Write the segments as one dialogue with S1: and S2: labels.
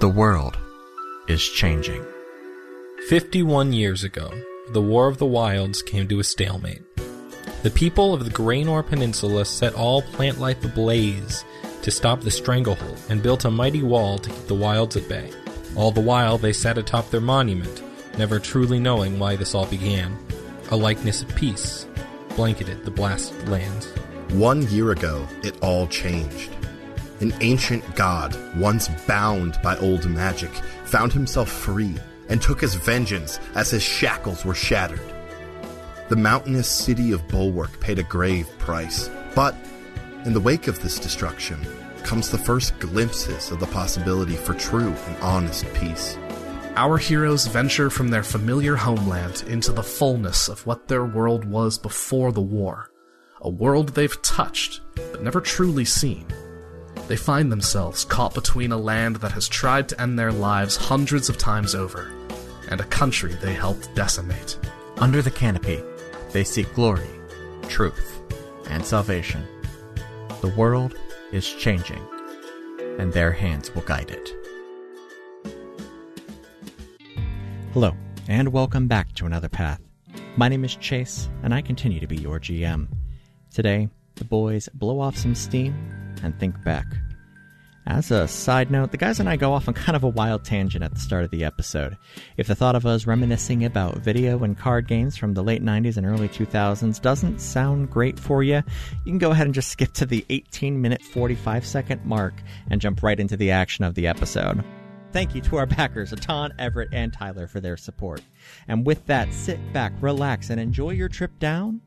S1: The world is changing.
S2: 51 years ago, the War of the Wilds came to a stalemate. The people of the Graynor Peninsula set all plant life ablaze to stop the stranglehold and built a mighty wall to keep the wilds at bay. All the while, they sat atop their monument, never truly knowing why this all began. A likeness of peace blanketed the blasted lands.
S3: One year ago, it all changed. An ancient god, once bound by old magic, found himself free and took his vengeance as his shackles were shattered. The mountainous city of Bulwark paid a grave price, but in the wake of this destruction comes the first glimpses of the possibility for true and honest peace.
S4: Our heroes venture from their familiar homeland into the fullness of what their world was before the war a world they've touched but never truly seen. They find themselves caught between a land that has tried to end their lives hundreds of times over and a country they helped decimate.
S1: Under the canopy, they seek glory, truth, and salvation. The world is changing, and their hands will guide it.
S5: Hello, and welcome back to Another Path. My name is Chase, and I continue to be your GM. Today, the boys blow off some steam and think back. As a side note, the guys and I go off on kind of a wild tangent at the start of the episode. If the thought of us reminiscing about video and card games from the late 90s and early 2000s doesn't sound great for you, you can go ahead and just skip to the 18 minute 45 second mark and jump right into the action of the episode. Thank you to our backers, Atan, Everett, and Tyler, for their support. And with that, sit back, relax, and enjoy your trip down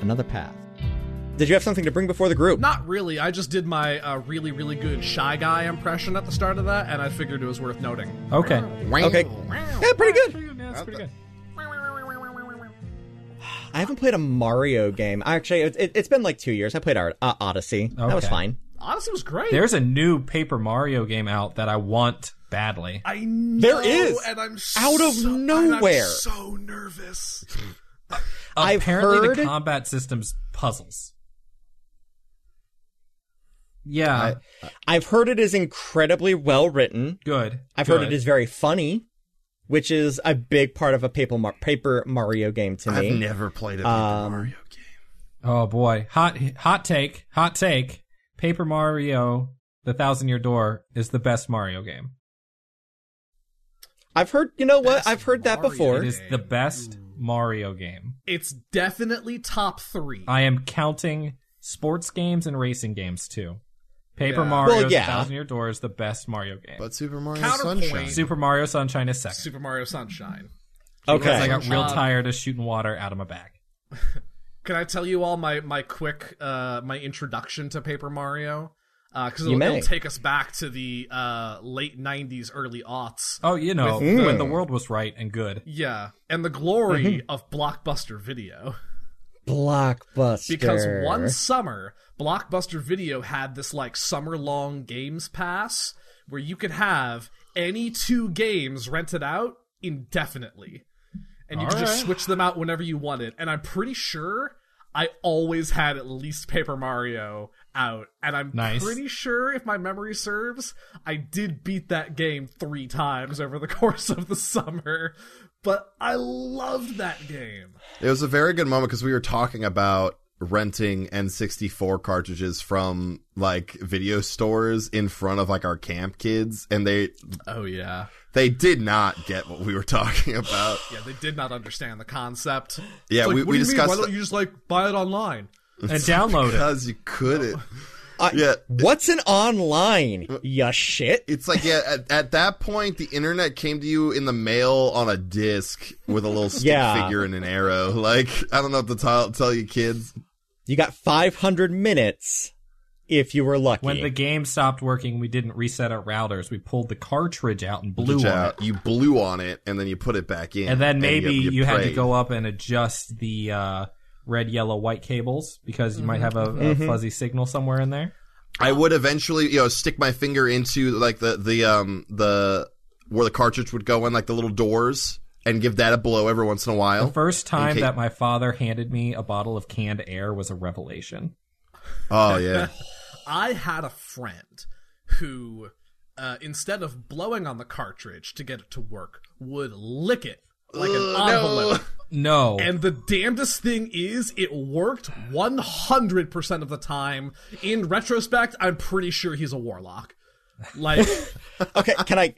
S5: another path.
S6: Did you have something to bring before the group?
S4: Not really. I just did my uh, really, really good Shy Guy impression at the start of that, and I figured it was worth noting.
S2: Okay.
S6: Okay. Yeah, pretty good.
S2: That's pretty good.
S6: I haven't played a Mario game. Actually, it, it, it's been like two years. I played our, uh, Odyssey. That was
S2: Okay.
S6: fine.
S4: Honestly, it was great.
S2: There's a new Paper Mario game out that I want badly.
S4: I know,
S6: There is.
S4: and I'm
S6: Out of
S4: so- and
S6: nowhere.
S4: I'm so nervous.
S6: I've
S2: Apparently, the
S6: heard-
S2: combat system's puzzles.
S7: Uh,
S2: Yeah,
S6: I've heard it is incredibly well written.
S2: good.
S6: I've heard
S2: good.
S6: it is very funny, which is a big part of a Paper, Mar- Paper Mario game to me.
S3: I've never played a Paper
S7: um,
S3: Mario game.
S2: Oh boy, hot hot take, hot take. Paper Mario: The Thousand Year Door is the best Mario game.
S6: I've heard, you know what? I've heard that
S4: Mario
S6: before.
S2: It is the best Mario game.
S4: It's definitely top three.
S2: I am counting sports games and racing games too. Paper
S4: Yeah.
S2: Mario:
S6: Well, yeah.
S2: The Thousand Year Door is the best Mario game.
S7: But Super Mario
S4: Counterpoint.
S7: Sunshine.
S2: Super Mario Sunshine is second.
S4: Super Mario Sunshine.
S2: Because I
S6: Okay.
S2: got real
S4: Sunshine.
S2: tired of shooting water out of my back.
S4: Can I tell you all my my quick uh my introduction to Paper Mario? Because
S6: You
S4: it'll,
S6: may.
S4: it'll take us back to the uh late '90s, early aughts.
S2: Oh, you know,
S6: With-
S2: when
S6: Mm.
S2: the world was right and good.
S4: Yeah, and the glory of Blockbuster Video.
S6: Blockbuster.
S4: Because one summer, Blockbuster Video had this like summer long games pass where you could have any two games rented out indefinitely. And you could just
S2: Alright.
S4: switch them out whenever you wanted. And I'm pretty sure I always had at least Paper Mario out. And I'm
S2: Nice.
S4: pretty sure, if my memory serves, I did beat that game three times over the course of the summer. But I loved that game.
S7: It was a very good moment because we were talking about renting N64 cartridges from like video stores in front of like our camp kids, and they
S4: Oh, yeah.
S7: they did not get what we were talking about.
S4: Yeah, they did not understand the concept.
S7: Yeah,
S4: It's like,
S7: we-
S4: what
S7: we
S4: do you
S7: discussed
S4: Mean? Why
S7: that-
S4: don't you just like buy it online?
S2: And download it.
S7: because you couldn't.
S6: I-
S7: yeah.
S6: Uh, What's an online? Ya shit.
S7: It's like yeah, at, at that point the internet came to you in the mail on a disc with a little stick
S6: Yeah.
S7: figure and an arrow. Like I don't know what to tell, tell you kids.
S6: You got 500 minutes if you were lucky.
S2: When the game stopped working, we didn't reset our routers. We pulled the cartridge out and blew
S7: Blew
S2: on it.
S7: out. You blew on it and then you put it back in.
S2: And then maybe you, had to
S7: prayed.
S2: go up and adjust the uh, red, yellow, white cables because you might have a, a fuzzy signal somewhere in there.
S7: I would eventually, you know, stick my finger into like the the um the where the cartridge would go in, like the little doors, and give that a blow every once in a while.
S2: The first time
S7: Okay.
S2: that my father handed me a bottle of canned air was a revelation.
S7: oh yeah,
S4: I had a friend who uh, instead of blowing on the cartridge to get it to work, would lick it like an
S7: Ugh, no.
S4: envelope.
S8: No.
S4: And the damnedest thing is, it worked 100% of the time. In retrospect, I'm pretty sure he's a warlock. Like,
S5: Okay, can I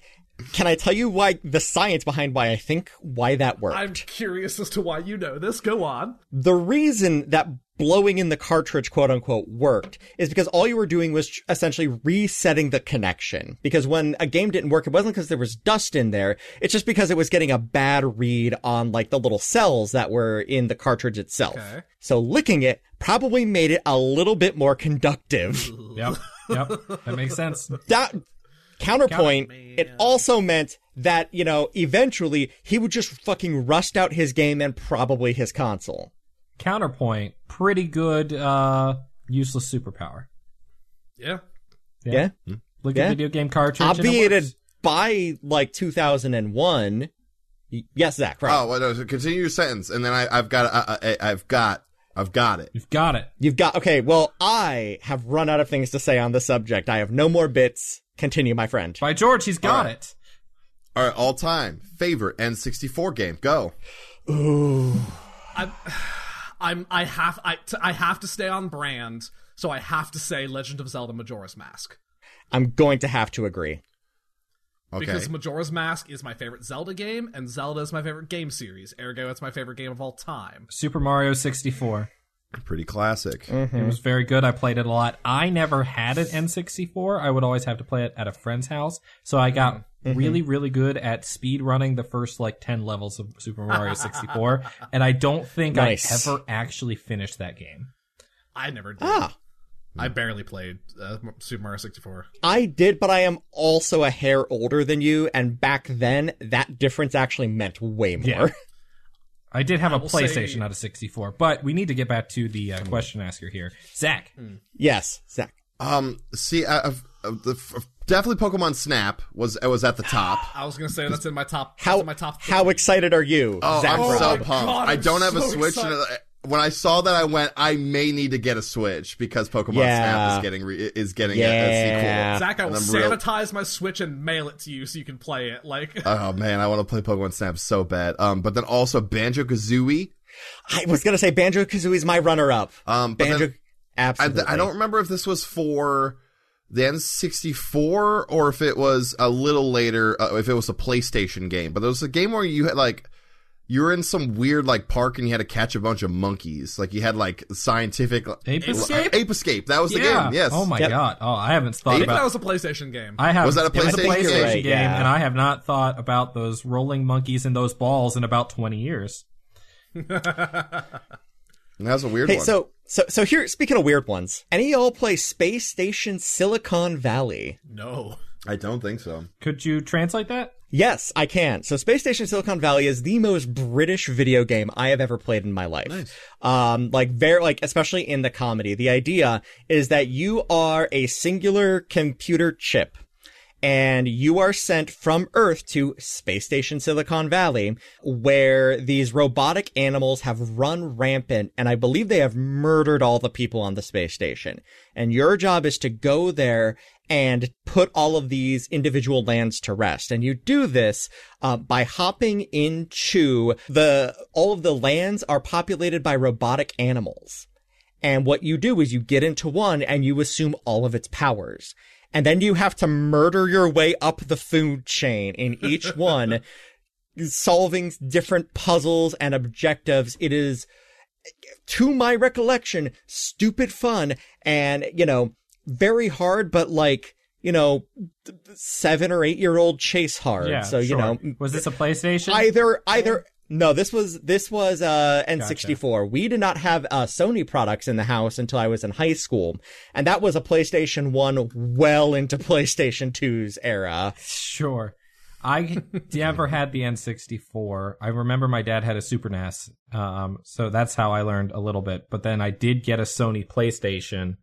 S5: can I tell you why the science behind why I think why that worked?
S4: I'm curious as to why you know this. Go on.
S5: the reason that blowing in the cartridge quote unquote worked is because all you were doing was tr- essentially resetting the connection because when a game didn't work it wasn't because there was dust in there it's just because it was getting a bad read on like the little cells that were in the cartridge itself
S4: Okay.
S5: so licking it probably made it a little bit more conductive
S2: Yep. Yep. That makes sense.
S5: that counterpoint it also meant that you know eventually he would just fucking rust out his game and probably his console
S2: Counterpoint. Pretty good uh useless superpower.
S4: Yeah.
S5: yeah?
S2: Look
S5: Yeah.
S2: at video game cartridge. and it
S5: obviated
S2: works.
S5: by like 2001. Y- Yes, Zach. Right.
S7: Oh, well, no, so continue your sentence, and then I, I've got, I, I, I've got, I've got it.
S2: You've got it.
S5: You've got okay. Well, I have run out of things to say on the subject. I have no more bits. Continue, my friend.
S2: By George, he's got
S7: Alright.
S2: it.
S7: All right, all time favorite N64 game. Go.
S4: I'm, I'm, I have, I, t- I have to stay on brand, so I have to say Legend of Zelda Majora's Mask.
S5: I'm going to have to agree.
S7: Okay.
S4: Because Majora's Mask is my favorite Zelda game, and Zelda is my favorite game series. Ergo, it's my favorite game of all time.
S2: Super Mario 64.
S7: Pretty classic.
S2: It was very good. I played it a lot. I never had an N64. I would always have to play it at a friend's house. So I got
S7: Mm-hmm.
S2: really, really good at speed running the first like 10 levels of Super Mario 64. and I don't think
S5: Nice.
S2: I ever actually finished that game.
S4: I never did.
S5: Ah,
S4: I barely played uh, Super Mario 64.
S5: I did, but I am also a hair older than you, and back then that difference actually meant way more.
S2: Yeah. I did have a
S4: will say-
S2: PlayStation, not a 64. But we need to get back to the uh,
S7: Mm.
S2: question asker here. Zach,
S4: Mm.
S5: yes, Zach.
S7: Um, see, I, I've, uh, the, f- definitely Pokemon Snap was was at the top.
S4: I was gonna say that's in my top. that's
S5: How
S4: in my top?
S5: how
S4: 50.
S5: excited are you,
S7: Oh,
S5: Zach?
S7: I'm
S5: Brown?
S7: so
S4: my
S7: pumped!
S4: God,
S7: I
S4: I'm
S7: don't have a
S4: so
S7: Switch. and
S4: excited.
S7: I- when I saw that, I went, I may need to get a Switch because Pokemon
S5: Yeah.
S7: Snap is getting re- is getting a-
S5: Yeah.
S7: a, sequel.
S4: Zach, I will
S7: And I'm real-
S4: sanitize my Switch and mail it to you so you can play it. Like,
S7: Oh man, I want to play Pokemon Snap so bad. Um, but then also Banjo Kazooie.
S5: I was gonna say Banjo Kazooie is my runner-up.
S7: Um, but then-
S5: Banjo,
S7: I,
S5: absolutely.
S7: I don't remember if this was for the N64 or if it was a little later, uh, if it was a PlayStation game. But there was a game where you had like you were in some weird like park and you had to catch a bunch of monkeys. Like you had like scientific
S2: Ape Escape?
S7: Ape Escape. That was the
S2: yeah.
S7: game. Yes.
S2: Oh my
S5: Yep.
S2: god. Oh, I haven't thought
S4: if
S2: about
S4: that was a PlayStation game,
S2: I have.
S7: Was that a
S2: it was
S7: PlayStation
S2: PlayStation
S7: game?
S2: game?
S5: Right, yeah.
S2: And I have not thought about those rolling monkeys and those balls in about twenty years.
S7: That was a weird
S5: Hey,
S7: one.
S5: so so so here. Speaking of weird ones, any of y'all play Space Station Silicon Valley?
S4: no.
S7: I don't think so.
S2: Could you translate that?
S5: Yes, I can. So Space Station Silicon Valley is the most British video game I have ever played in my life. Um, like very, like especially in the comedy. The idea is that you are a singular computer chip. and you are sent from Earth to Space Station Silicon Valley, where these robotic animals have run rampant, and I believe they have murdered all the people on the space station. And your job is to go there and put all of these individual lands to rest. And you do this uh, by hopping into the all of the lands are populated by robotic animals. And what you do is you get into one and you assume all of its powers. And then you have to murder your way up the food chain in each one, solving different puzzles and objectives. It is, to my recollection, stupid fun and, you know, very hard, but like, you know, th- th- seven or eight year old chase hard.
S2: Yeah.
S5: so, you
S2: sure.
S5: know,
S2: was this a PlayStation?
S5: either either no this was this was uh n64 we did not have uh sony products in the house until i was in high school and that was a playstation 1 well into playstation 2's era
S2: Sure. I never had the N64. I remember my dad had a Super NES, um, so that's how I learned a little bit. But then I did get a Sony PlayStation.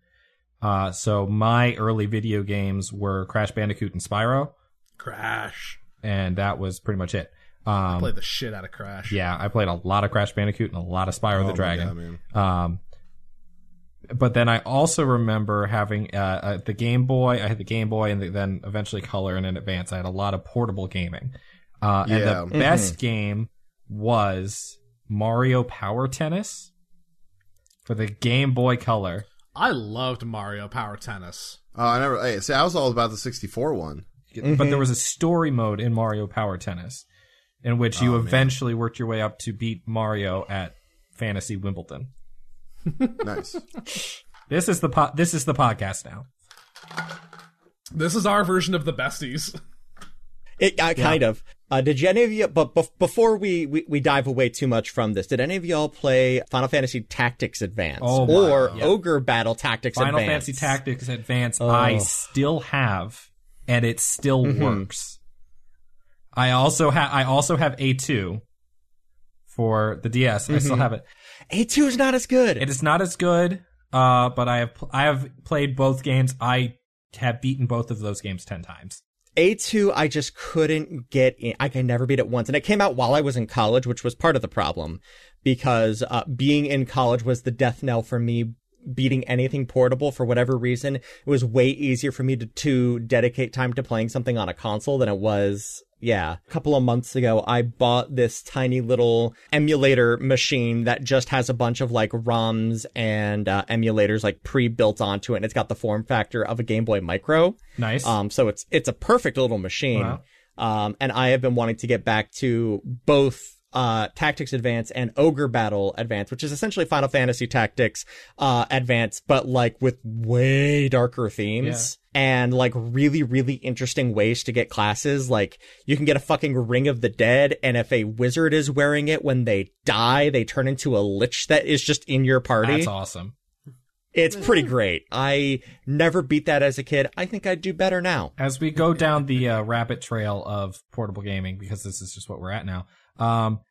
S2: Uh, so my early video games were Crash Bandicoot and Spyro,
S4: Crash.
S2: and that was pretty much it. Um,
S4: Play the shit out of Crash.
S7: Oh
S2: Yeah, I played a lot of Crash Bandicoot and a lot of Spyro the Dragon. um, but then I also remember having uh, uh, the Game Boy. I had the Game Boy, and then eventually Color, and in Advance, I had a lot of portable gaming. Uh, And the
S9: Yeah. Mhm.
S2: best game was Mario Power Tennis for the Game Boy Color.
S4: I loved Mario Power Tennis.
S7: Oh, I never. Hey, see, I was all about the 64 one.
S2: but there was a story mode in Mario Power Tennis in which you eventually worked your way up to beat Mario at Fantasy Wimbledon.
S7: Nice.
S2: This is the po- this is the podcast now.
S4: This is our version of the besties.
S5: It uh, kind of. Uh, did you, any of you? But bef- before we, we we dive away too much from this, did any of y'all play Final Fantasy Tactics Advance
S2: Oh my
S5: or
S2: God.
S5: Ogre Battle Tactics
S2: Final
S5: Advance?
S2: Fantasy Tactics Advance I still have and it still works. I also have I also have A2 for the DS. I still have it.
S5: A two is not as good.
S2: It is not as good, uh, but I have pl- I have played both games. I have beaten both of those games 10 times.
S5: A2, I just couldn't get in. I can never beat it once. And it came out while I was in college, which was part of the problem because uh, being in college was the death knell for me beating anything portable for whatever reason. It was way easier for me to, to dedicate time to playing something on a console than it was. Yeah. A couple of months ago, I bought this tiny little emulator machine that just has a bunch of like ROMs and uh, emulators like pre built onto it. And it's got the form factor of a Game Boy Micro.
S2: Nice.
S5: Um, so it's it's a perfect little machine.
S2: Wow.
S5: Um, and I have been wanting to get back to both uh, Tactics Advance and Ogre Battle Advance, which is essentially Final Fantasy Tactics uh, Advance, but like with way darker themes. And like really, really interesting ways to get classes. Like you can get a fucking Ring of the Dead, and if a wizard is wearing it when they die, they turn into a lich that is just in your party.
S2: That's awesome.
S5: It's pretty great. I never beat that as a kid. I think I'd do better now.
S2: as we go down the uh, rabbit trail of portable gaming, because this is just what we're at now. Um,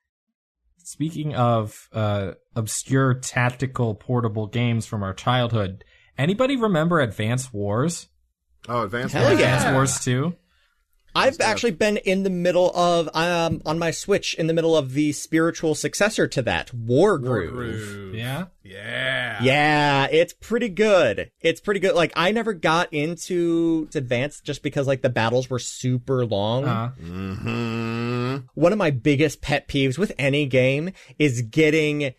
S2: speaking of uh, obscure tactical portable games from our childhood, anybody remember Advance Wars?
S7: Oh, Advanced.
S5: Hell
S7: Wars.
S5: yeah.
S2: Advance Wars Two.
S5: I've actually been in the middle of um on my Switch in the middle of the spiritual successor to that, War Groove.
S2: Yeah,
S4: Yeah.
S5: Yeah, it's pretty good. It's pretty good. Like I never got into Advanced just because like the battles were super long.
S2: uh,
S7: Mm-hmm.
S5: One of my biggest pet peeves with any game is getting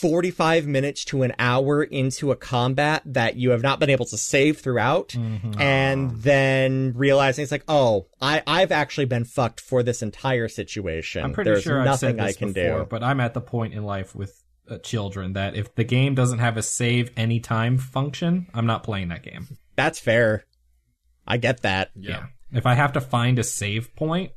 S5: 45 minutes to an hour into a combat that you have not been able to save throughout
S2: Mm-hmm. Ah.
S5: and then realizing it's like, "Oh, I I've actually been fucked for this entire situation.
S2: I'm pretty
S5: There's
S2: sure I've said
S5: nothing
S2: this
S5: I can
S2: before,
S5: do."
S2: but I'm at the point in life with uh, children that if the game doesn't have a save anytime function, I'm not playing that game.
S5: That's fair. I get that.
S2: Yeah. If I have to find a save point,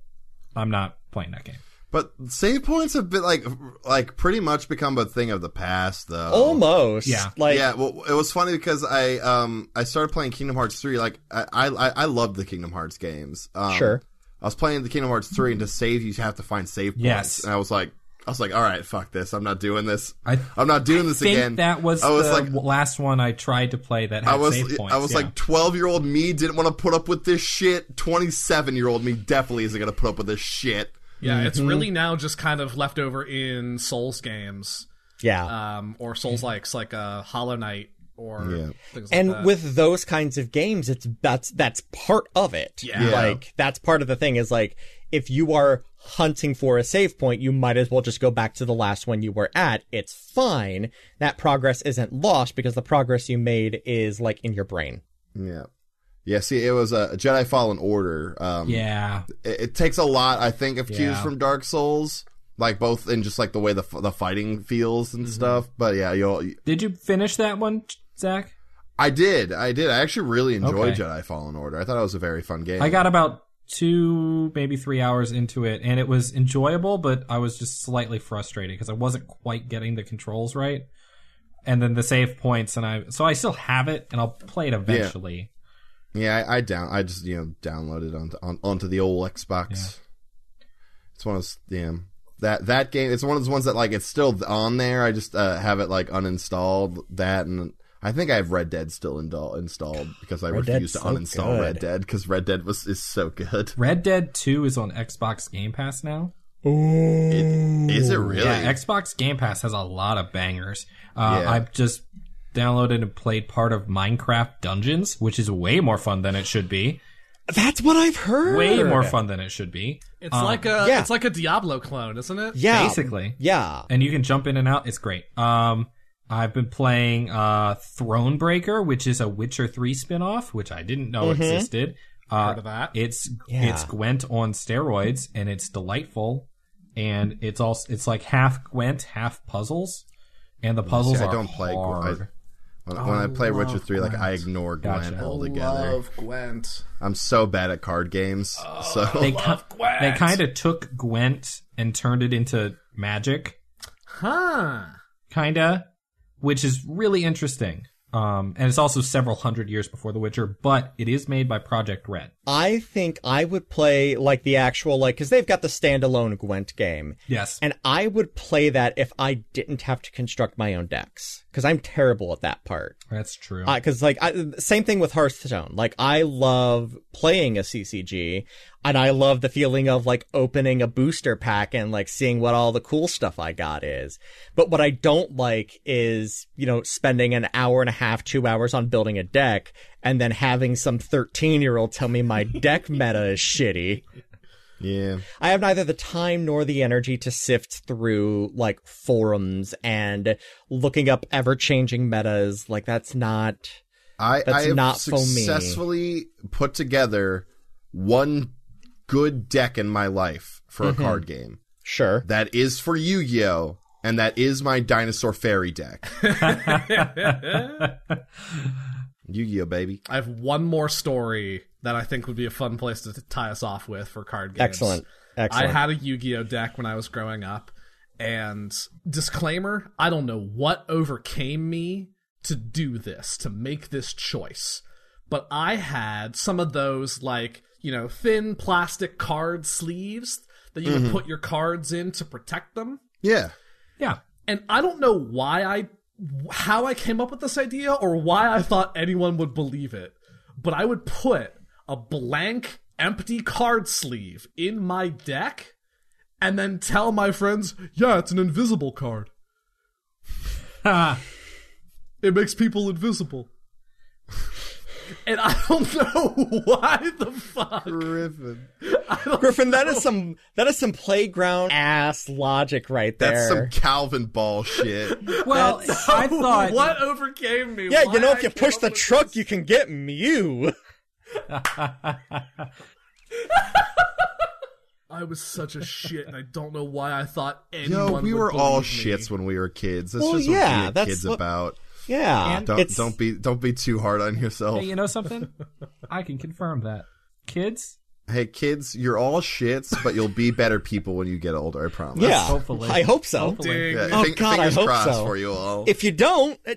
S2: I'm not playing that game.
S7: But save points have been like, like pretty much become a thing of the past, though.
S5: Oh Almost.
S2: Yeah.
S5: Like
S7: yeah, well, it was funny because I um I started playing Kingdom Hearts three. Like I I I love the Kingdom Hearts games. Um,
S5: Sure.
S7: I was playing the Kingdom Hearts three, and to save you have to find save points.
S2: Yes.
S7: and I was like, I was like, all right, fuck this. I'm not doing this.
S2: I-
S7: I'm not doing this
S2: think
S7: again.
S2: that was,
S7: I was
S2: the
S7: like.
S2: last one I tried to play that had
S7: I was
S2: save points.
S7: I was
S2: yeah.
S7: like twelve year old me didn't want to put up with this shit. Twenty seven year old me definitely isn't gonna put up with this shit.
S4: Yeah, it's
S5: Mm-hmm.
S4: really now just kind of left over in Souls games
S5: Yeah.
S4: um, or Souls likes like uh, Hollow Knight or
S7: Yeah.
S4: things like
S5: and
S4: that.
S5: with those kinds of games, it's that's that's part of it.
S4: Yeah.
S5: Like that's part of the thing is like if you are hunting for a save point, you might as well just go back to the last one you were at. It's fine. That progress isn't lost because the progress you made is like in your brain.
S7: Yeah, yeah. See, it was a Jedi Fallen Order. Um,
S2: yeah,
S7: it, it takes a lot, I think, of cues
S2: Yeah.
S7: from Dark Souls, like both in just like the way the f- the fighting feels
S2: Mm-hmm.
S7: and stuff. But yeah, you'll.
S2: did you finish that one, Zach?
S7: I did, I did. I actually really enjoyed
S2: Okay.
S7: Jedi Fallen Order. I thought it was a very fun game.
S2: I got about two, maybe three hours into it, and it was enjoyable, but I was just slightly frustrated because I wasn't quite getting the controls right, and then the save points, and I so I still have it, and I'll play it eventually.
S7: yeah, I, I down, I just you know downloaded onto on, onto the old Xbox. It's one of those, yeah. That that game, it's one of those ones that like it's still on there. I just uh, have it like uninstalled that, and I think I have Red Dead still install, installed because I
S5: Red Dead's
S7: refused to
S5: so
S7: uninstall
S5: good.
S7: Red Dead because Red Dead was is so good.
S2: Red Dead Two is on Xbox Game Pass now.
S7: It, is it really?
S2: Yeah, Xbox Game Pass has a lot of bangers. Uh,
S7: Yeah.
S2: I've just downloaded and played part of Minecraft Dungeons, which is way more fun than it should be.
S5: That's what I've heard.
S2: Way more fun than it should be.
S4: It's like a
S5: yeah.
S4: it's like a Diablo clone, isn't it?
S5: Yeah.
S2: Basically.
S5: Yeah.
S2: and you can jump in and out. It's great. Um, I've been playing uh, Thronebreaker, which is a Witcher three spinoff, which I didn't know existed. Uh,
S4: Heard of that.
S2: It's
S5: Yeah.
S2: it's Gwent on steroids, and it's delightful. And it's also it's like half Gwent, half puzzles, and the puzzles
S7: See, I
S2: are
S7: don't play Gw- I-
S2: hard.
S7: When, when I play Witcher
S4: love
S7: Three, like I ignore Gwen
S2: Gotcha.
S7: altogether.
S4: Gwent.
S7: I'm so bad at card games. so
S2: they, ki- they kind of took Gwent and turned it into Magic,
S4: Huh.
S2: kinda, which is really interesting. Um, and it's also several hundred years before The Witcher, but it is made by Project Red.
S5: I think I would play like the actual like because they've got the standalone Gwent game,
S2: Yes,
S5: and I would play that if I didn't have to construct my own decks because I'm terrible at that part.
S2: that's true.
S5: Because like I, same thing with Hearthstone. Like I love playing a CCG, and I love the feeling of like opening a booster pack and like seeing what all the cool stuff I got is. But what I don't like is you know spending an hour and a half, two hours on building a deck, and then having some thirteen year old tell me my deck meta is shitty.
S7: yeah,
S5: I have neither the time nor the energy to sift through like forums and looking up ever changing metas. Like that's not.
S7: I,
S5: That's
S7: I have
S5: not for me.
S7: successfully put together one good deck in my life for
S5: Mm-hmm.
S7: a card game.
S5: Sure.
S7: That is for Yu-Gi-Oh, and that is my Dinosaur Fairy deck. Yu-Gi-Oh, baby.
S4: I have one more story that I think would be a fun place to t- tie us off with for card games.
S5: Excellent. Excellent.
S4: I had a Yu-Gi-Oh deck when I was growing up, and disclaimer, I don't know what overcame me to do this, to make this choice. But I had some of those like, you know, thin plastic card sleeves that you would put your cards in to protect them.
S7: Yeah,
S2: yeah.
S4: And I don't know why I how I came up with this idea or why I thought anyone would believe it, but I would put a blank empty card sleeve in my deck and then tell my friends, "Yeah, it's an invisible card. It makes people invisible." and I don't know why the fuck.
S7: Griffin.
S5: Oh, Griffin, that
S7: Oh.
S5: is some that is some playground ass logic right there.
S7: That's some Calvin Ball shit.
S2: Well, I thought
S4: What overcame me?
S5: yeah,
S4: Why
S5: you know, if
S4: I
S5: you
S4: came
S5: push
S4: up
S5: the
S4: with
S5: truck, you can get Mew.
S4: I was such a shit, and I don't know why I thought anyone.
S7: Yo, we
S4: would
S7: were all
S4: believe me.
S7: shits when we were kids. That's
S5: Well,
S7: just
S5: yeah,
S7: what being a
S5: that's
S7: kid's
S5: what-
S7: about.
S5: Yeah,
S2: And-
S7: Don't
S5: it's-
S7: don't be don't be too hard on yourself.
S2: hey, you know something? I can confirm that. Kids,
S7: Hey kids, you're all shits, but you'll be better people when you get older. I promise.
S5: Yeah,
S2: hopefully.
S5: I hope so.
S2: Hopefully.
S7: Yeah,
S5: Oh,
S7: fing-
S5: God, I
S7: fingers
S5: hope
S7: crossed
S5: so.
S7: for you all.
S5: If you don't, uh,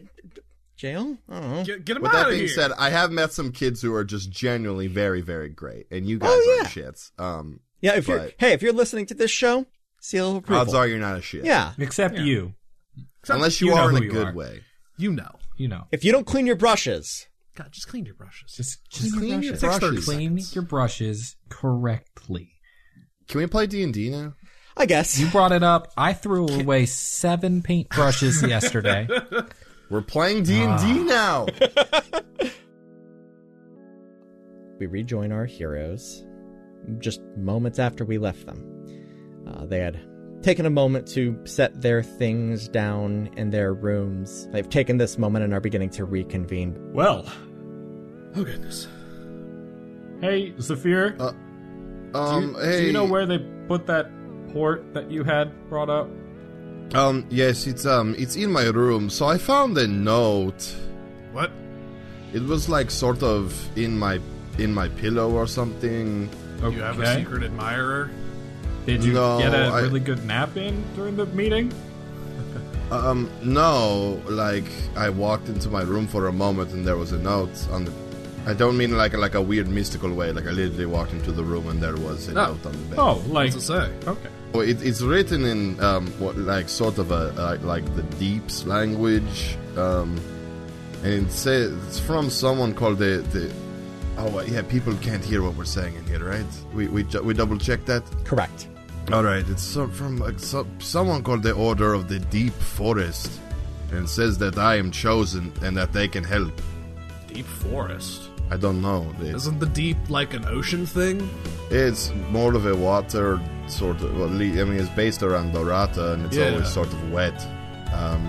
S5: jail. I don't know.
S4: Get, get him
S7: With that
S4: out of
S7: being
S4: here.
S7: said, I have met some kids who are just genuinely very, very great, and you guys
S5: Oh,
S7: are shits. Um,
S5: Yeah, if you're
S7: But-
S5: hey, if you're listening to this show, seal of approval.
S7: odds are you're not a shit.
S5: yeah.
S2: Except you.
S7: unless you,
S2: you know
S7: are in
S2: who
S7: a
S2: you
S7: good
S2: are.
S7: way.
S4: you know,
S2: You know.
S5: If you don't clean your brushes,
S4: God, just clean your brushes.
S2: Just, just
S7: Clean
S2: clean,
S7: your
S2: your
S7: brushes.
S2: brushes.
S7: 6:30
S2: clean
S7: seconds.
S2: your brushes correctly.
S7: Can we play D and D now?
S5: I guess.
S2: You brought it up. I threw away seven paintbrushes yesterday.
S7: We're playing D and
S5: Ah.
S7: D now.
S5: We rejoin our heroes just moments after we left them. Uh, they had taken a moment to set their things down in their rooms. They've taken this moment and are beginning to reconvene.
S2: well,
S4: Oh goodness.
S2: hey, Zafir,
S7: Um, hey,
S2: they put that port that you had brought up?
S7: Um, yes, it's um, it's in my room. So I found a note.
S4: What?
S7: It was like sort of in my in my pillow or something.
S2: Okay.
S4: You have a secret admirer?
S2: Did
S7: No, I-
S2: good nap in during the meeting?
S7: Um, no, like I walked into my room for a moment and there was a note on the. I don't mean like like a weird mystical way. Like I literally walked into the room and there was a
S4: Oh.
S7: note on the bed.
S2: like
S4: What's it say?
S2: okay.
S7: Well, It, it's written in um, what like sort of a like, like the deeps language, um, and it says it's from someone called the the. Oh uh, yeah, people can't hear what we're saying in here, right? We we ju- we double check that.
S5: Correct.
S7: All right, it's so, from like, so, someone called the Order of the Deep Forest. and says that I am chosen and that they can help.
S4: Deep forest.
S7: I don't know. It's,
S4: Isn't the deep like an ocean thing?
S7: it's more of a water sort of. Well, le- I mean, it's based around Dorata, and it's
S4: Yeah.
S7: always sort of wet. Um,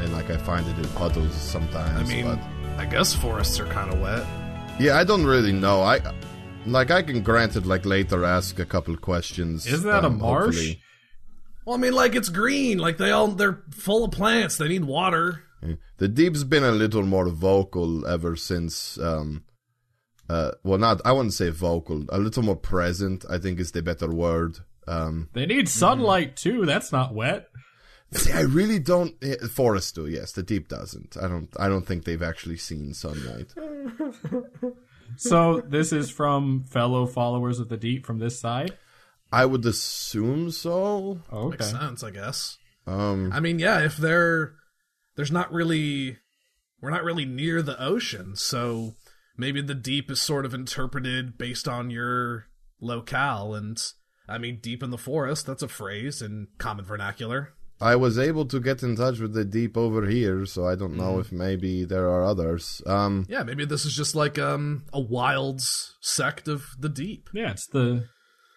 S7: and like I find it in puddles
S4: I
S7: sometimes.
S4: mean,
S7: but
S4: I guess forests are kind of wet.
S7: yeah, I don't really know. I like I can granted like later ask a couple questions.
S2: Isn't that a
S7: um,
S2: marsh?
S7: hopefully.
S4: Well, I mean, like it's green. Like they all they're full of plants. They need water.
S7: The deep's been a little more vocal ever since. Um, uh, well, not I wouldn't say vocal. A little more present, I think, is the better word. Um,
S2: They need sunlight too. That's not wet.
S7: see, I really don't. eh, Forest do, yes. The deep doesn't. I don't. I don't think they've actually seen sunlight.
S2: So this is from fellow followers of the deep from this side.
S7: I would assume so.
S2: Okay.
S4: Makes sense, I guess.
S7: Um,
S4: I mean, yeah, if they're there's not really we're not really near the ocean, so maybe the deep is sort of interpreted based on your locale and I mean deep in the forest, that's a phrase in common vernacular.
S7: I was able to get in touch with the deep over here, so I don't know if maybe there are others. Um,
S4: Yeah, maybe this is just like um a wild sect of the deep.
S2: Yeah, it's the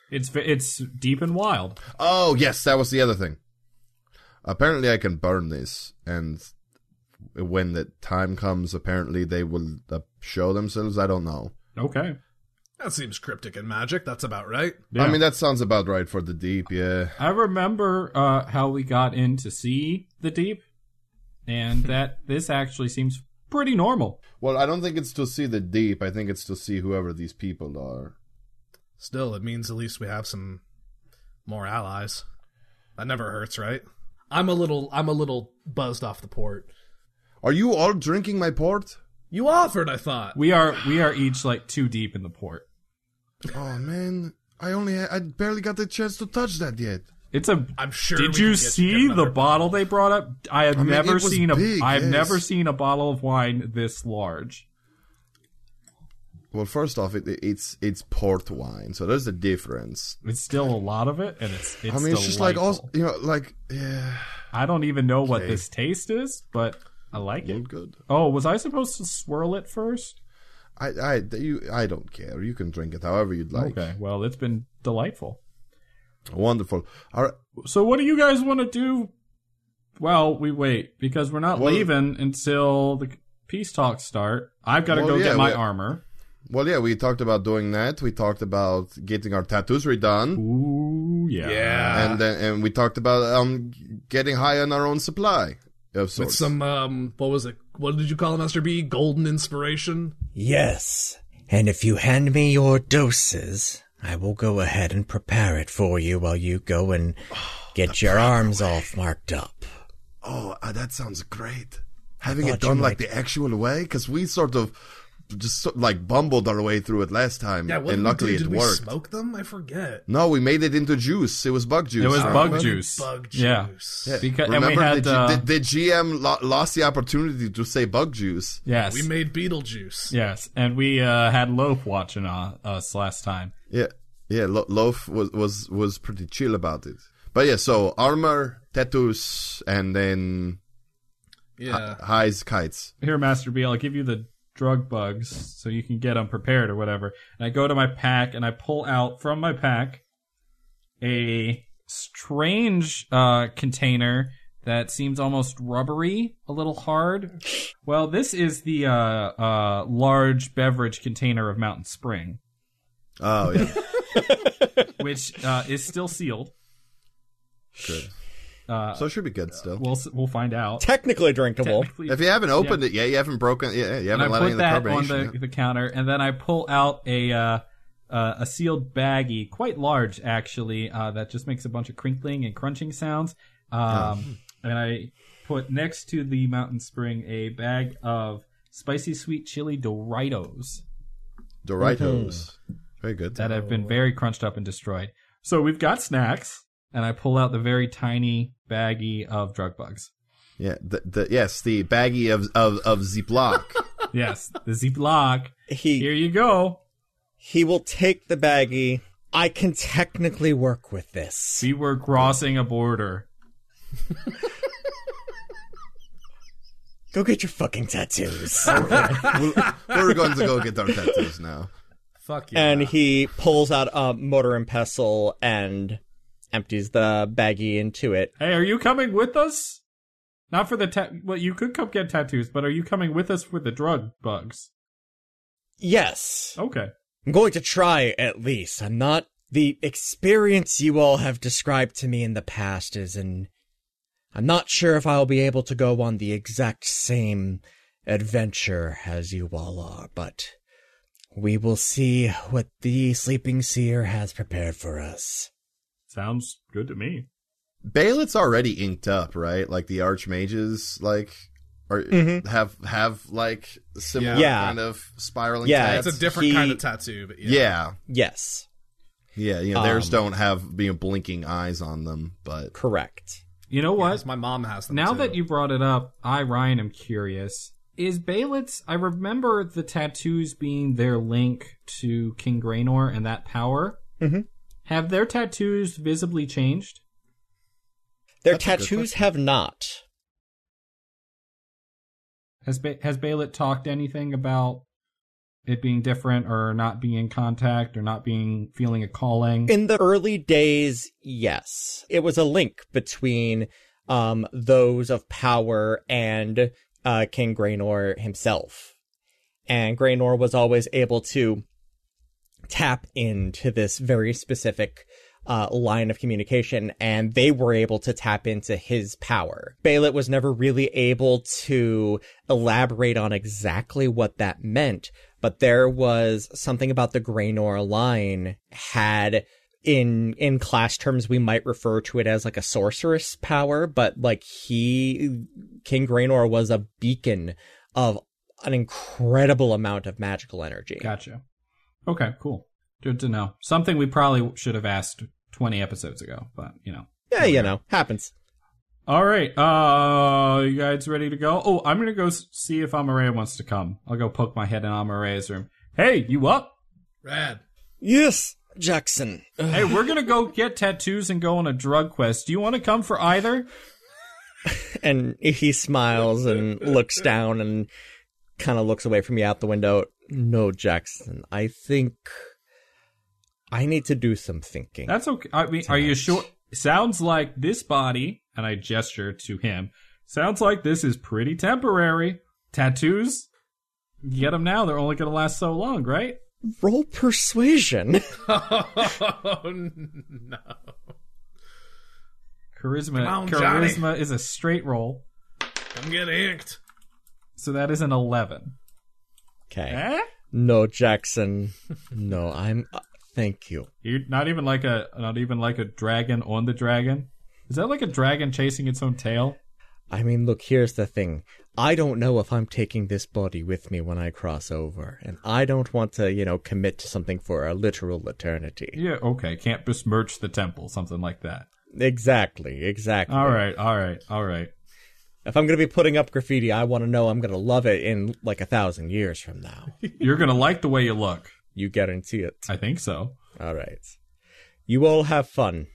S2: it's ve- it's deep and wild.
S7: Oh yes, that was the other thing. Apparently, I can burn this, and when the time comes, apparently they will uh, show themselves. I don't know.
S2: Okay.
S4: That seems cryptic and magic, that's about right.
S2: Yeah.
S7: I mean, that sounds about right for the deep. Yeah,
S2: I remember uh, how we got in to see the deep, and that this actually seems pretty normal.
S7: Well, I don't think it's to see the deep. I think it's to see whoever these people are.
S4: Still, it means at least we have some more allies. That never hurts, right? I'm a little I'm a little buzzed off the port.
S7: Are you all drinking my port?
S4: You offered, I thought.
S2: We are we are each like two deep in the port.
S7: Oh man, I only I barely got the chance to touch that yet.
S2: It's a.
S4: I'm sure. we
S2: Did
S4: can
S2: you
S4: get-
S2: see
S4: get
S2: the
S4: another-
S2: bottle they brought up? I have
S7: mean,
S2: never
S7: it was
S2: seen a.
S7: big,
S2: have
S7: yes.
S2: never seen a bottle of wine this large.
S7: Well, first off, it, it's it's port wine, so there's a difference.
S2: It's still a lot of it, and it's. it's
S7: I mean, it's just like
S2: delightful.
S7: also you know like yeah,
S2: I don't even know what
S7: Okay.
S2: this taste is, but I like
S7: well,
S2: it.
S7: good.
S2: Oh, was I supposed to swirl it first?
S7: I, I, you, I don't care. You can drink it however you'd like.
S2: okay, well, it's been delightful.
S7: Wonderful. All right.
S2: So, what do you guys want to do? Well, we wait because we're not
S7: Well-
S2: leaving until the peace talks start. I've got to
S7: Well,
S2: go
S7: yeah,
S2: get my
S7: we-
S2: armor.
S7: Well, yeah, we talked about doing that. We talked about getting our tattoos redone,
S2: Ooh, yeah.
S4: Yeah,
S7: and then and we talked about um getting high on our own supply of
S4: with
S7: sorts.
S4: some um, what was it? What did you call it, Master B? Golden inspiration.
S5: Yes. And if you hand me your doses, I will go ahead and prepare it for you while you go and get your arms all marked up.
S7: oh, uh, that sounds great. Having it
S5: thought you
S7: done like the actual way, because we sort of just sort like bumbled our way through it last time,
S4: Yeah, what
S7: and luckily
S4: did,
S7: it
S4: we do? did we
S7: worked.
S4: smoke them? I forget.
S7: No, we made it into juice. It was bug juice.
S2: It was
S7: right?
S2: bug juice.
S4: Bug
S2: Yeah.
S4: juice.
S7: Yeah.
S2: Because- and we
S7: Remember,
S2: had,
S7: the, G-
S2: uh,
S7: the, the GM lo- lost the opportunity to say bug juice.
S2: Yes.
S4: We made Beetlejuice.
S2: yes. And we uh, had Lope watching uh, us last time.
S7: Yeah, yeah. Lo- Loaf was was was pretty chill about it. But yeah, so armor, tattoos, and then
S4: Yeah.
S7: Uh, highs kites.
S2: Here, Master B, I'll give you the drug bugs so you can get unprepared or whatever. And I go to my pack and I pull out from my pack a strange uh, container that seems almost rubbery, a little hard. Well, this is the uh, uh, large beverage container of Mountain Spring,
S7: Oh yeah,
S2: which uh, is still sealed.
S7: good.
S2: Uh,
S7: So it should be good still.
S2: we'll s- we'll find out.
S10: Technically drinkable.
S2: Technically,
S7: if you haven't opened it yet, you haven't broken. Yeah, you
S2: and
S7: haven't
S2: I
S7: let
S2: put
S7: any of the
S2: that on
S7: carbonation.
S2: the,
S7: in.
S2: the counter, and then I pull out a uh, uh, a sealed baggie, quite large actually, uh, that just makes a bunch of crinkling and crunching sounds.
S7: Oh.
S2: Um, And I put next to the mountain spring a bag of spicy sweet chili Doritos
S7: Doritos. Very good.
S2: that have been very crunched up and destroyed. So we've got snacks, and I pull out the very tiny baggie of drug bugs.
S7: yeah. The, the yes, the baggie of of of Ziploc.
S2: Yes, the Ziploc. Here
S10: He
S2: you go.
S10: he will take the baggie.
S5: I can technically work with this.
S2: We were crossing a border.
S11: Go get your fucking tattoos.
S7: we're, we're going to go get our tattoos now.
S12: Fuck yeah.
S5: and he pulls out a motor and pestle and empties the baggie into it.
S2: Hey, are you coming with us? Not for the ta- well, you could come get tattoos, but are you coming with us for the drug bugs?
S5: Yes,
S2: Okay.
S5: I'm going to
S11: Try at least. I'm not. The experience you all have described to me in the past is an. I'm not sure if I'll be able to go on the exact same adventure as you all are, but we will see what the sleeping seer has prepared for us.
S2: Sounds good to me.
S7: Baylet's already inked up, right? Like the archmages, like are have have like similar
S5: Mm-hmm. Yeah.
S7: kind of spiraling.
S5: Yeah, it's
S7: tats.
S4: It's a different
S5: He-
S4: kind of tattoo, but yeah.
S7: yeah,
S5: Yes,
S7: yeah. You know,
S5: Um,
S7: theirs don't have you know, blinking eyes on them, but
S5: correct.
S2: You know what?
S4: 'cause My mom has them.
S2: now
S4: too.
S2: that you brought it up, I Ryan am curious. Is Baylet's? I remember the tattoos being their link to King Graynor and that power. Mm-hmm. Have their tattoos visibly changed?
S5: Their
S7: That's a good
S5: tattoos
S7: question.
S5: have not.
S2: Has ba- has Baylet talked anything about it being different or not being in contact or not being feeling a calling?
S5: In the early days, yes. It was a link between um, those of power and uh, King Graynor himself. And Graynor was always able to tap into this very specific uh, line of communication, and they were able to tap into his power. Baylet was never really able to elaborate on exactly what that meant, but there was something about the Graynor line had in in class terms we might refer to it as like a sorceress power but like he king graynor was a beacon of an incredible amount of magical energy
S2: gotcha. Okay, cool. Good to know. Something we probably should have asked 20 episodes ago, but you know.
S5: yeah you know happens
S2: All right. Uh, you guys ready to go? Oh, I'm gonna go s- see if Amare wants to come. I'll go poke my head in Amare's room. Hey, you up?
S4: Rad.
S11: Yes, Jackson.
S2: hey, we're gonna go get tattoos and go on a drug quest. Do you want to come for either?
S5: and he smiles and looks down and kind of looks away from me out the window no jackson i think i need to do some thinking
S2: That's okay. I mean, are you sure? Sounds like this body, and I gesture to him. Sounds like this is pretty temporary. Tattoos, you get them now. They're only going to last so long, right?
S5: roll persuasion
S4: Oh, no.
S2: Charisma.
S4: Come on, Johnny.
S2: charisma is a straight roll,
S4: I'm getting inked.
S2: so that is an eleven.
S5: okay
S2: Eh?
S5: no jackson no i'm uh, thank you
S2: You're not even like a not even like a dragon on the dragon. Is that like a dragon chasing its own tail?
S5: I mean, look, here's the thing. I don't know if I'm taking this body with me when I cross over, and I don't want to, you know, commit to something for a literal eternity.
S2: Yeah. Okay. Can't besmirch the temple. Something like that.
S5: Exactly, exactly.
S2: All right. All right. All right.
S5: If I'm going to be putting up graffiti, I want to know I'm going to love it in like a thousand years from now.
S2: You're gonna like the way you look.
S5: you guarantee it.
S2: I think so.
S5: All right. You all have fun.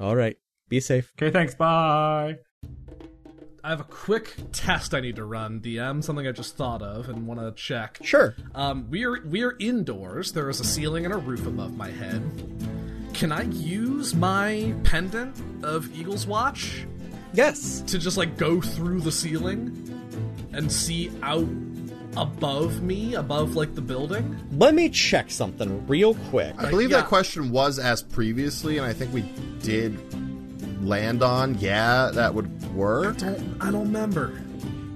S5: All right. Be safe.
S2: Okay, thanks. Bye.
S4: I have a quick test I need to run, DM. Something I just thought of and want to check.
S5: Sure.
S4: Um, we're we're indoors. There is a ceiling and a roof above my head. Can I use my pendant of Eagle's Watch
S5: Yes.
S4: to just like go through the ceiling and see out above me, above like the building?
S5: Let me check something real quick.
S7: I believe
S4: yeah.
S7: that question was asked previously, and I think we did land on yeah that would work.
S4: Don't I don't remember.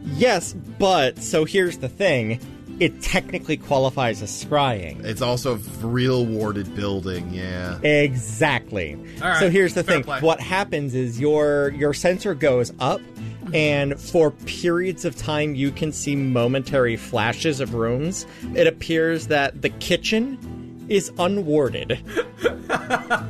S5: Yes, but so here's the thing. It technically qualifies as scrying.
S7: It's also a real warded building, yeah.
S5: Exactly.
S4: All
S5: So
S4: right,
S5: here's the
S4: fair
S5: thing.
S4: play.
S5: What happens is your your sensor goes up and for periods of time you can see momentary flashes of rooms. It appears that the kitchen is unwarded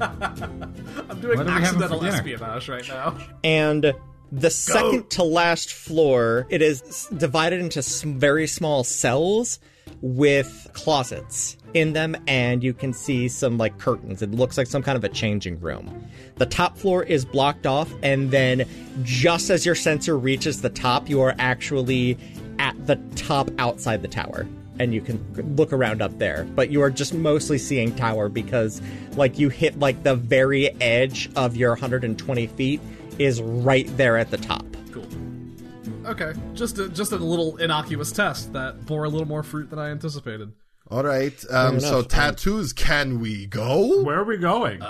S4: I'm doing
S2: What are we having for
S4: accidental
S2: dinner?
S4: espionage right now.
S5: and the second to last floor it is s- divided into s- very small cells with closets in them, and you can see some like curtains. It looks like some kind of a changing room. The top floor is blocked off, and then just as your sensor reaches the top, you are actually at the top outside the tower. And you can look around up there, but you are just mostly seeing tower because, like, you hit like the very edge of your 120 feet is right there at the top.
S4: Cool. Okay, just a, just a little innocuous test that bore a little more fruit than I anticipated.
S7: All right. Um, so tattoos, can we go?
S2: Where are we going?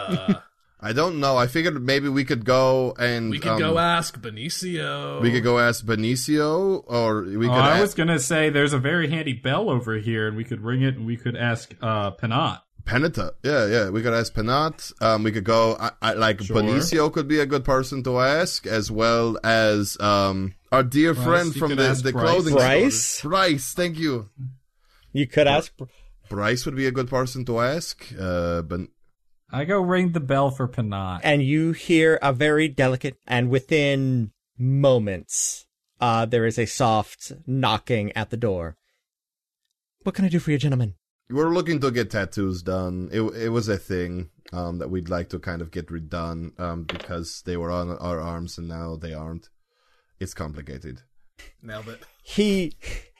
S7: I don't know. I figured maybe we could go and
S4: We could
S7: um,
S4: go ask Benicio.
S7: we could go ask Benicio, or we
S2: oh,
S7: could.
S2: I
S7: ask-
S2: was gonna say there's a very handy bell over here, and we could ring it, and we could ask uh, Panat.
S7: Penita. Yeah, yeah. We could ask Penat. Um, we could go. I, I, like
S2: Sure.
S7: Benicio could be a good person to ask, as well as um, our dear
S2: Bryce,
S7: friend
S2: you
S7: from
S2: could
S7: the,
S2: ask
S7: the
S2: Bryce.
S7: clothing store.
S5: Bryce?
S7: Bryce, thank you.
S5: You could ask
S7: Bryce would be a good person to ask. Uh, but
S2: I go ring the bell for Panat.
S5: and you hear a very delicate and within moments uh, there is a soft knocking at the door what can i do for you gentlemen
S7: we're looking to get tattoos done. It it was a thing um, that we'd like to kind of get redone um, because they were on our arms and now they aren't. It's complicated.
S4: Nailed it.
S5: he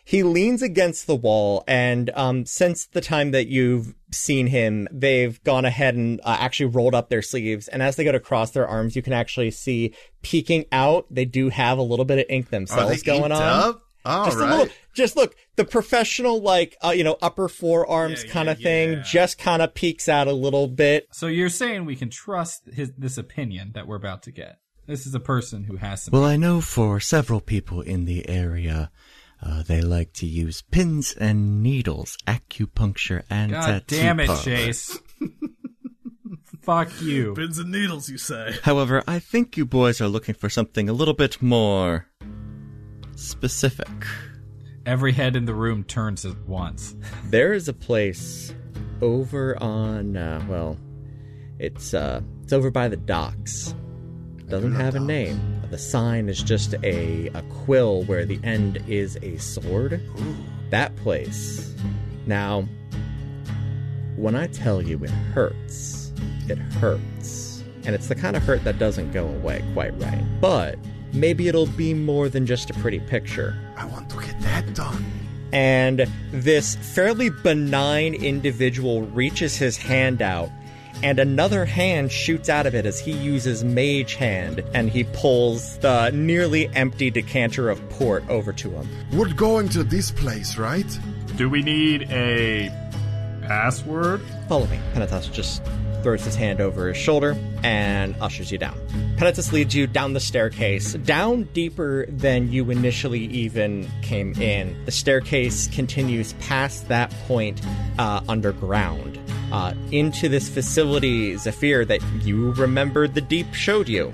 S5: he leans against the wall and um since the time that you've seen him they've gone ahead and uh, actually rolled up their sleeves and as they go to cross their arms you can actually see peeking out they do have a little bit of ink
S7: Are
S5: themselves
S7: they
S5: going
S7: inked
S5: on
S7: Up? All right.
S5: just a little, just look the professional like uh, you know upper forearms
S4: Yeah,
S5: kind of
S4: yeah,
S5: thing
S4: yeah.
S5: just kind of peeks out a little bit
S2: So you're saying we can trust his this opinion that we're about to get? This is a person who has some.
S13: Well, I know for several people in the area, uh, they like to use pins and needles, acupuncture, and
S2: God
S13: tattoo
S2: damn it,
S13: parlor.
S2: Chase! Fuck you.
S4: Pins and needles, you say?
S13: However, I think you boys are looking for something a little bit more specific.
S2: Every head in the room turns at once.
S5: there is a place over on uh, well it's uh it's over by the docks doesn't have a name the sign is just a a quill where the end is a sword that place now when i tell you it hurts it hurts and it's the kind of hurt that doesn't go away quite right but maybe it'll be more than just a pretty picture
S3: I want to get that done.
S5: and this fairly benign individual reaches his hand out and another hand shoots out of it as he uses mage hand and he pulls the nearly empty decanter of port over to him
S3: We're going to this place, right?
S2: Do we need a password?
S5: follow me penitus just throws his hand over his shoulder and ushers you down penitus leads you down the staircase down deeper than you initially even came in the staircase continues past that point uh, underground uh, into this facility zephyr that you remembered the deep showed you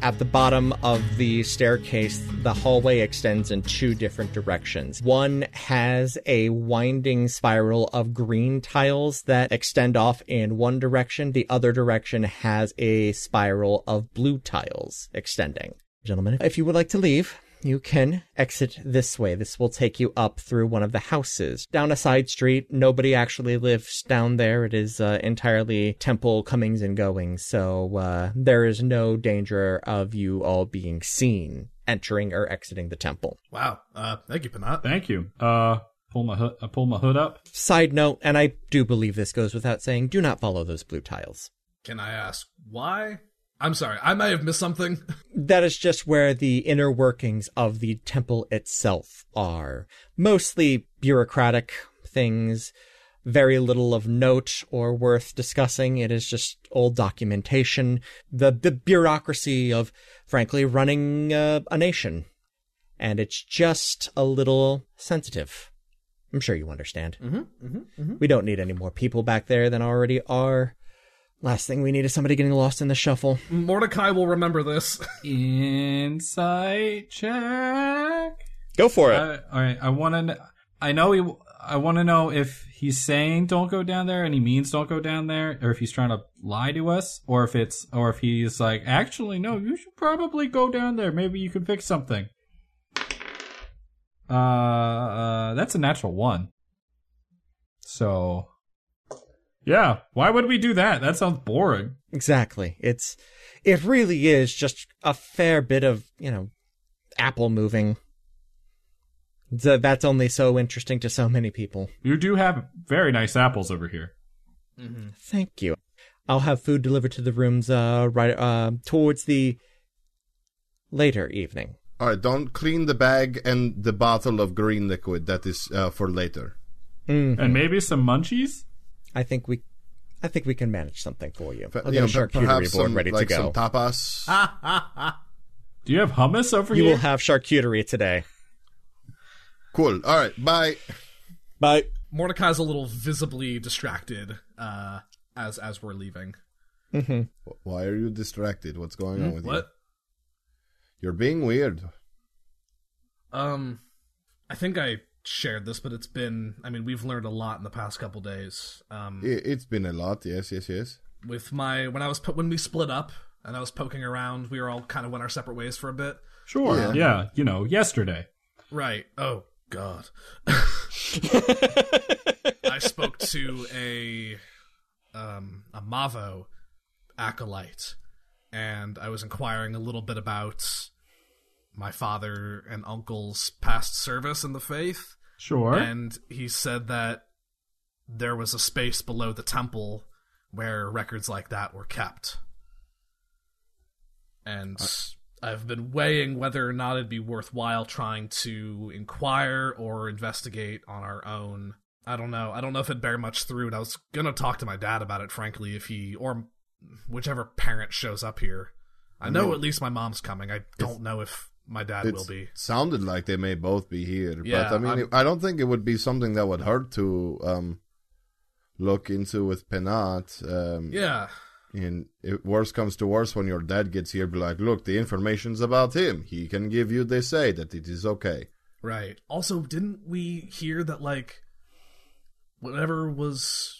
S5: at the bottom of the staircase, the hallway extends in two different directions. One has a winding spiral of green tiles that extend off in one direction. The other direction has a spiral of blue tiles extending. Gentlemen, if you would like to leave, you can exit this way. This will take you up through one of the houses, down a side street. Nobody actually lives down there. It is uh, entirely temple comings and goings, so uh, there is no danger of you all being seen entering or exiting the temple.
S4: Wow. Uh, thank you, Panat.
S2: Thank you. Uh, pull my hood. I pull my hood up.
S5: Side note, and I do believe this goes without saying, do not follow those blue tiles.
S4: Can I ask why? I'm sorry, I may have missed something.
S5: that is just where the inner workings of the temple itself are. Mostly bureaucratic things, very little of note or worth discussing. It is just old documentation, the, the bureaucracy of, frankly, running uh, a nation. And it's just a little sensitive. I'm sure you understand. Mm-hmm, We don't need any more people back there than already are. Last thing we need is somebody getting lost in the shuffle.
S4: Mordecai will remember this.
S2: Insight check.
S5: Go for it.
S2: Uh, all right. I want to. I know he. I want to know if he's saying don't go down there and he means don't go down there, or if he's trying to lie to us, or if it's, or if he's like, actually, no, you should probably go down there. Maybe you can fix something. Uh, uh that's a natural one. So, yeah, why would we do that? That sounds boring.
S5: Exactly. It's it really is just a fair bit of, you know, apple moving. So that's only so interesting to so many people.
S2: You do have very nice apples over here.
S5: Thank you. I'll have food delivered to the rooms uh right uh towards the later evening.
S7: All right, don't clean the bag and the bottle of green liquid. That is uh, for later.
S2: And maybe some munchies?
S5: Mm, I think we I think we can manage something for you.
S7: But,
S5: I'll
S7: you
S5: get
S7: know,
S5: a
S7: per-
S5: charcuterie
S7: perhaps
S5: board
S7: some,
S5: ready
S7: like
S5: to
S7: some
S5: go.
S7: tapas.
S3: Ah.
S2: Do you have hummus over
S5: you
S2: here?
S5: will have charcuterie today.
S7: Cool. All right, bye.
S5: Bye.
S4: Mordecai's a little visibly distracted uh, as as we're leaving.
S7: Why are you distracted? What's going
S3: Hmm?
S7: on with you?
S4: What?
S7: You're being weird.
S4: Um, I think I shared this, but it's been. I mean, we've learned a lot in the past couple days. Um,
S7: I- It's been a lot. Yes, yes, yes.
S4: with my when I was po- when we split up and I was poking around, we were all kind of went our separate ways for a bit.
S2: sure. Yeah. you know, yesterday.
S4: Right. Oh God. I spoke to a um, a Mavo acolyte, and I was inquiring a little bit about my father and uncle's past service in the faith,
S2: Sure.
S4: and he said that there was a space below the temple where records like that were kept. And I've been weighing whether or not it'd be worthwhile trying to inquire or investigate on our own. I don't know. I don't know if it'd bear much through, and I was gonna talk to my dad about it, frankly, if he or whichever parent shows up here. I know at least my mom's coming. I don't know if my dad
S7: It
S4: will be.
S7: sounded like they may both be here,
S4: Yeah,
S7: but I mean,
S4: I'm-
S7: I don't think it would be something that would hurt to um, look into with Penat. Um,
S4: Yeah.
S7: And if worse comes to worse, when your dad gets here, be like, look, the information's about him. He can give you, they say, that it is okay.
S4: Right. Also, didn't we hear that like whatever was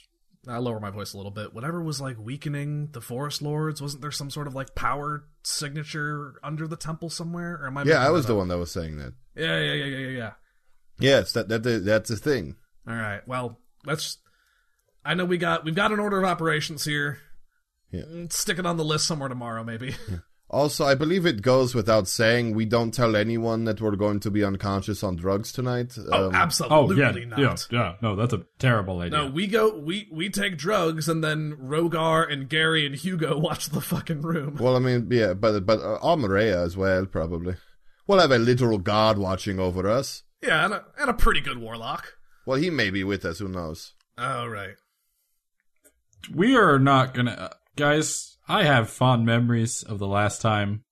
S4: I lower my voice a little bit. Whatever was like weakening the forest lords, wasn't there some sort of like power signature under the temple somewhere? Or am I
S7: yeah,
S4: making
S7: I was
S4: that
S7: the
S4: up?
S7: one that was saying that.
S4: Yeah, yeah, yeah, yeah, yeah, yeah.
S7: Yes, that, that that's the thing.
S4: All right. Well, let's I know we got we've got an order of operations here.
S7: Yeah. Um,
S4: Mm, Stick it on the list somewhere tomorrow maybe.
S7: Also, I believe it goes without saying we don't tell anyone that we're going to be unconscious on drugs tonight.
S4: oh,
S7: Um,
S4: absolutely
S2: oh, yeah,
S4: not.
S2: yeah. Yeah. No, that's a terrible idea.
S4: No, we go we we take drugs and then Rogar and Gary and Hugo watch the fucking room.
S7: well, I mean, yeah, but but uh, Almeria as well, probably. We'll have a literal god watching over us.
S4: Yeah, and a, and a pretty good warlock.
S7: Well, he may be with us. Who knows?
S4: Oh, right.
S2: we are not gonna uh, guys i have fond memories of the last time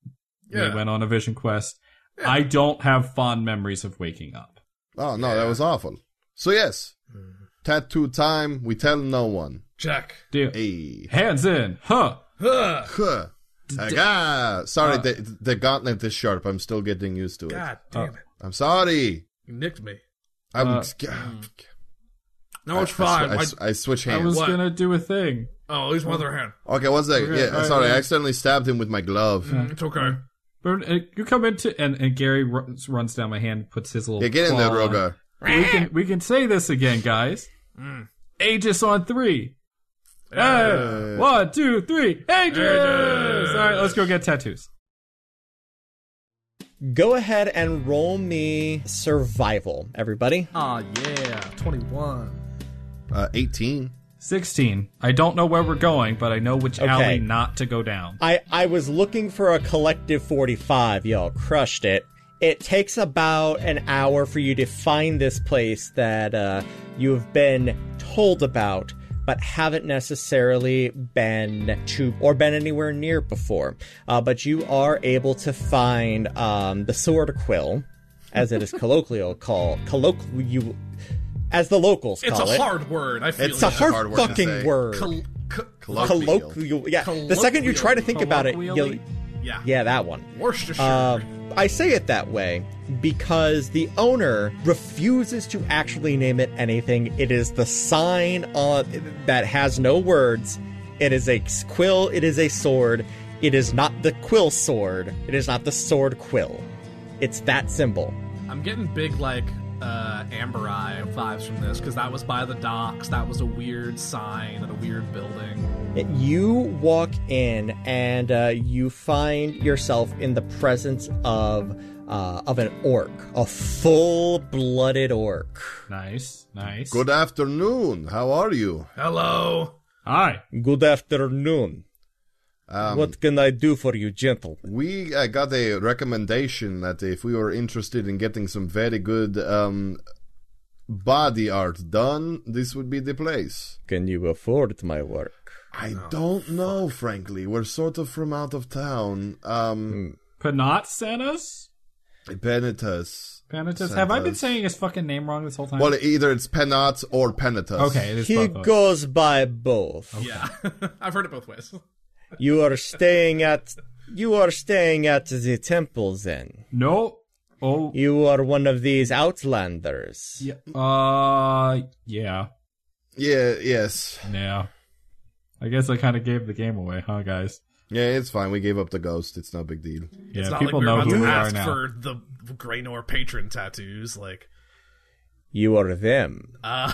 S4: Yeah.
S2: we went on a vision quest i don't have fond memories of waking up
S7: Oh no, that was awful. So yes,
S4: Mm-hmm.
S7: tattoo time. We tell no one.
S4: Jack.
S2: Dude,
S7: Hey,
S2: hands in huh
S4: Ugh.
S7: Huh. Aga. Sorry, the the gauntlet is sharp. I'm still getting used to it.
S4: God damn it.
S7: I'm sorry.
S4: You nicked me.
S7: I'm.
S2: Uh,
S4: No, it's
S7: I, sw-
S4: fine.
S7: I
S4: Why-
S7: s- I switch
S2: i
S7: hands.
S2: was
S4: What?
S2: gonna do a thing
S4: oh, he's my other hand.
S7: Okay, one second.
S2: Okay,
S7: yeah,
S2: alright,
S7: sorry, I
S2: alright.
S7: accidentally stabbed him with my glove.
S4: Mm, It's okay.
S2: Burn, uh, you come into and, and gary runs, runs down my hand puts his little
S7: Yeah, get in
S2: claw
S7: there,
S2: on.
S7: Rogar.
S2: we can we can say this again guys aegis on three Hey, one, two, three. Aegis! All right, let's go get tattoos.
S5: Go ahead and roll me survival, everybody.
S4: Aw, yeah. 21.
S7: Uh, 18.
S2: 16. I don't know where we're going, but I know which
S5: Okay.
S2: alley not to go down.
S5: I, I was looking for a collective 45. Y'all crushed it. It takes about an hour for you to find this place that uh, you've been told about, but haven't necessarily been to or been anywhere near before. Uh, but you are able to find um, the Sword Quill, as it is colloquial call colloquial, as the locals
S4: It's
S5: call
S4: a
S5: it.
S4: hard word, I feel
S5: it's a
S4: it.
S5: hard,
S7: hard word to
S5: fucking
S7: say.
S5: word.
S4: Col- co-
S7: Colloquial.
S5: colloquial. Yeah, the second you try to think about it, you'll,
S2: Colloquially?
S4: yeah.
S5: yeah, that one.
S4: Worcestershire.
S5: Uh, I say it that way because the owner refuses to actually name it anything. It is the sign on that has no words. It is a quill. It is a sword. It is not the quill sword. It is not the sword quill. It's that symbol.
S4: I'm getting big, like, uh, Amber Eye vibes from this because that was by the docks. That was a weird sign and a weird building.
S5: You walk in and uh, you find yourself in the presence of uh, of an orc, a full-blooded orc.
S2: Nice, nice.
S7: Good afternoon. How are you?
S4: Hello.
S2: Hi.
S5: Good afternoon.
S7: Um,
S5: what can I do for you, gentlemen?
S7: We uh, got a recommendation that if we were interested in getting some very good um, body art done, this would be the place.
S5: Can you afford my work?
S7: I don't know, frankly. We're sort of from out of town. Um,
S2: Panat sent us?
S7: Hmm. Penitus.
S2: Panatus? Have I been
S7: Sent us.
S2: saying his fucking name wrong this whole time?
S7: Well, either it's Penat or Penitus.
S2: okay, it is
S5: He
S2: both of us.
S5: goes by both.
S4: Yeah, I've heard it both ways.
S5: You are staying at you are staying at the temple then.
S2: No. Oh,
S5: You are one of these outlanders.
S2: yeah. Uh, yeah.
S7: Yeah, yes.
S2: Yeah. I guess I kind of gave the game away, huh, guys?
S7: Yeah, it's fine. We gave up the ghost. It's no big deal.
S2: Yeah,
S4: It's not
S2: people
S4: like we're
S2: know
S4: about
S2: who
S4: to
S2: we are
S4: ask
S2: now.
S4: for the Graynor patron tattoos. Like,
S5: You are them.
S7: No.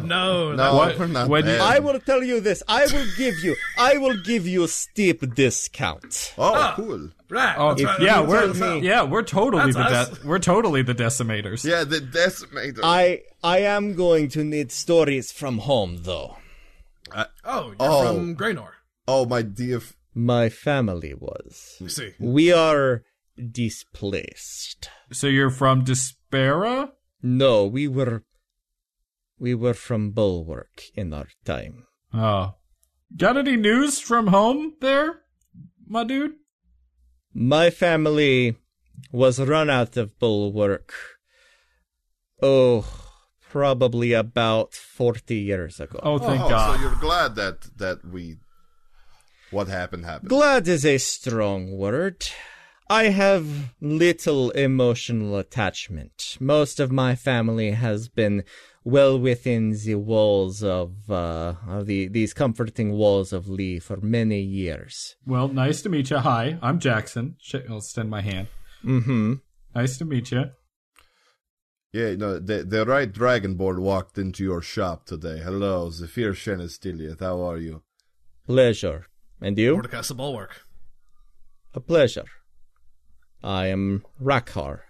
S4: no,
S7: No,
S2: What-
S7: we're not
S2: when you-
S7: there.
S5: I will tell you this. I will give you. I will give you steep discount.
S7: Oh, cool.
S4: right?
S2: Oh,
S4: that's right,
S2: yeah,
S4: that's
S2: we're
S4: right, that's right.
S2: yeah, we're totally
S4: That's
S2: the de- we're totally the decimators.
S7: Yeah, the decimator.
S5: I I am going to need stories from home though.
S4: Oh, you're
S7: Oh.
S4: from Graynor.
S7: oh, my dear. F-
S5: My family was.
S4: You see,
S5: We are displaced.
S2: So you're from Despera?
S5: No, we were we were from Bulwark in our time.
S2: Oh. Got any news from home there, my dude?
S5: My family was run out of Bulwark. Oh, probably about 40 years ago.
S2: Oh, thank
S7: oh,
S2: God.
S7: so you're glad that that we. What happened happened.
S5: Glad is a strong word. I have little emotional attachment. Most of my family has been well within the walls of, uh, of the, these comforting walls of Lee for many years.
S2: Well, nice to meet you. Hi, I'm Jackson. Shit, I'll extend my hand.
S5: Mm-hmm.
S2: Nice to meet you.
S7: Yeah, no, the the right dragonborn walked into your shop today. Hello, Zephyr Shenestiliath, how are you?
S5: Pleasure. And you?
S4: Mordecai the Bulwark.
S5: A pleasure. I am Rakhar.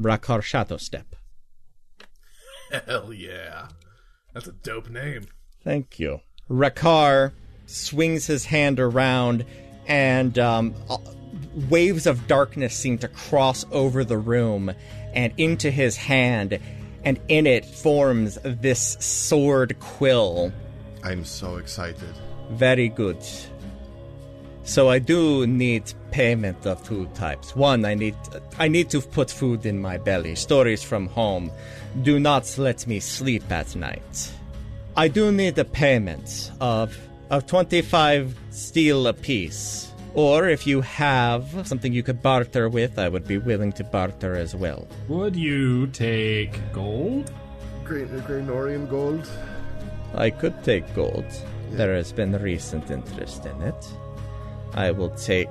S5: Rakhar Shadowstep.
S4: Hell yeah, that's a dope name.
S5: Thank you. Rakar swings his hand around, and um, uh, waves of darkness seem to cross over the room and into his hand, and in it forms this sword quill.
S7: I'm so excited.
S5: Very good. So I do need payment of two types. One, I need I need to put food in my belly. Stories from home do not let me sleep at night. I do need a payment of of 25 steel apiece. Or if you have something you could barter with, I would be willing to barter as well.
S2: Would you take gold?
S7: Green, green Orion uh, gold?
S5: I could take gold. There has been recent interest in it. I will take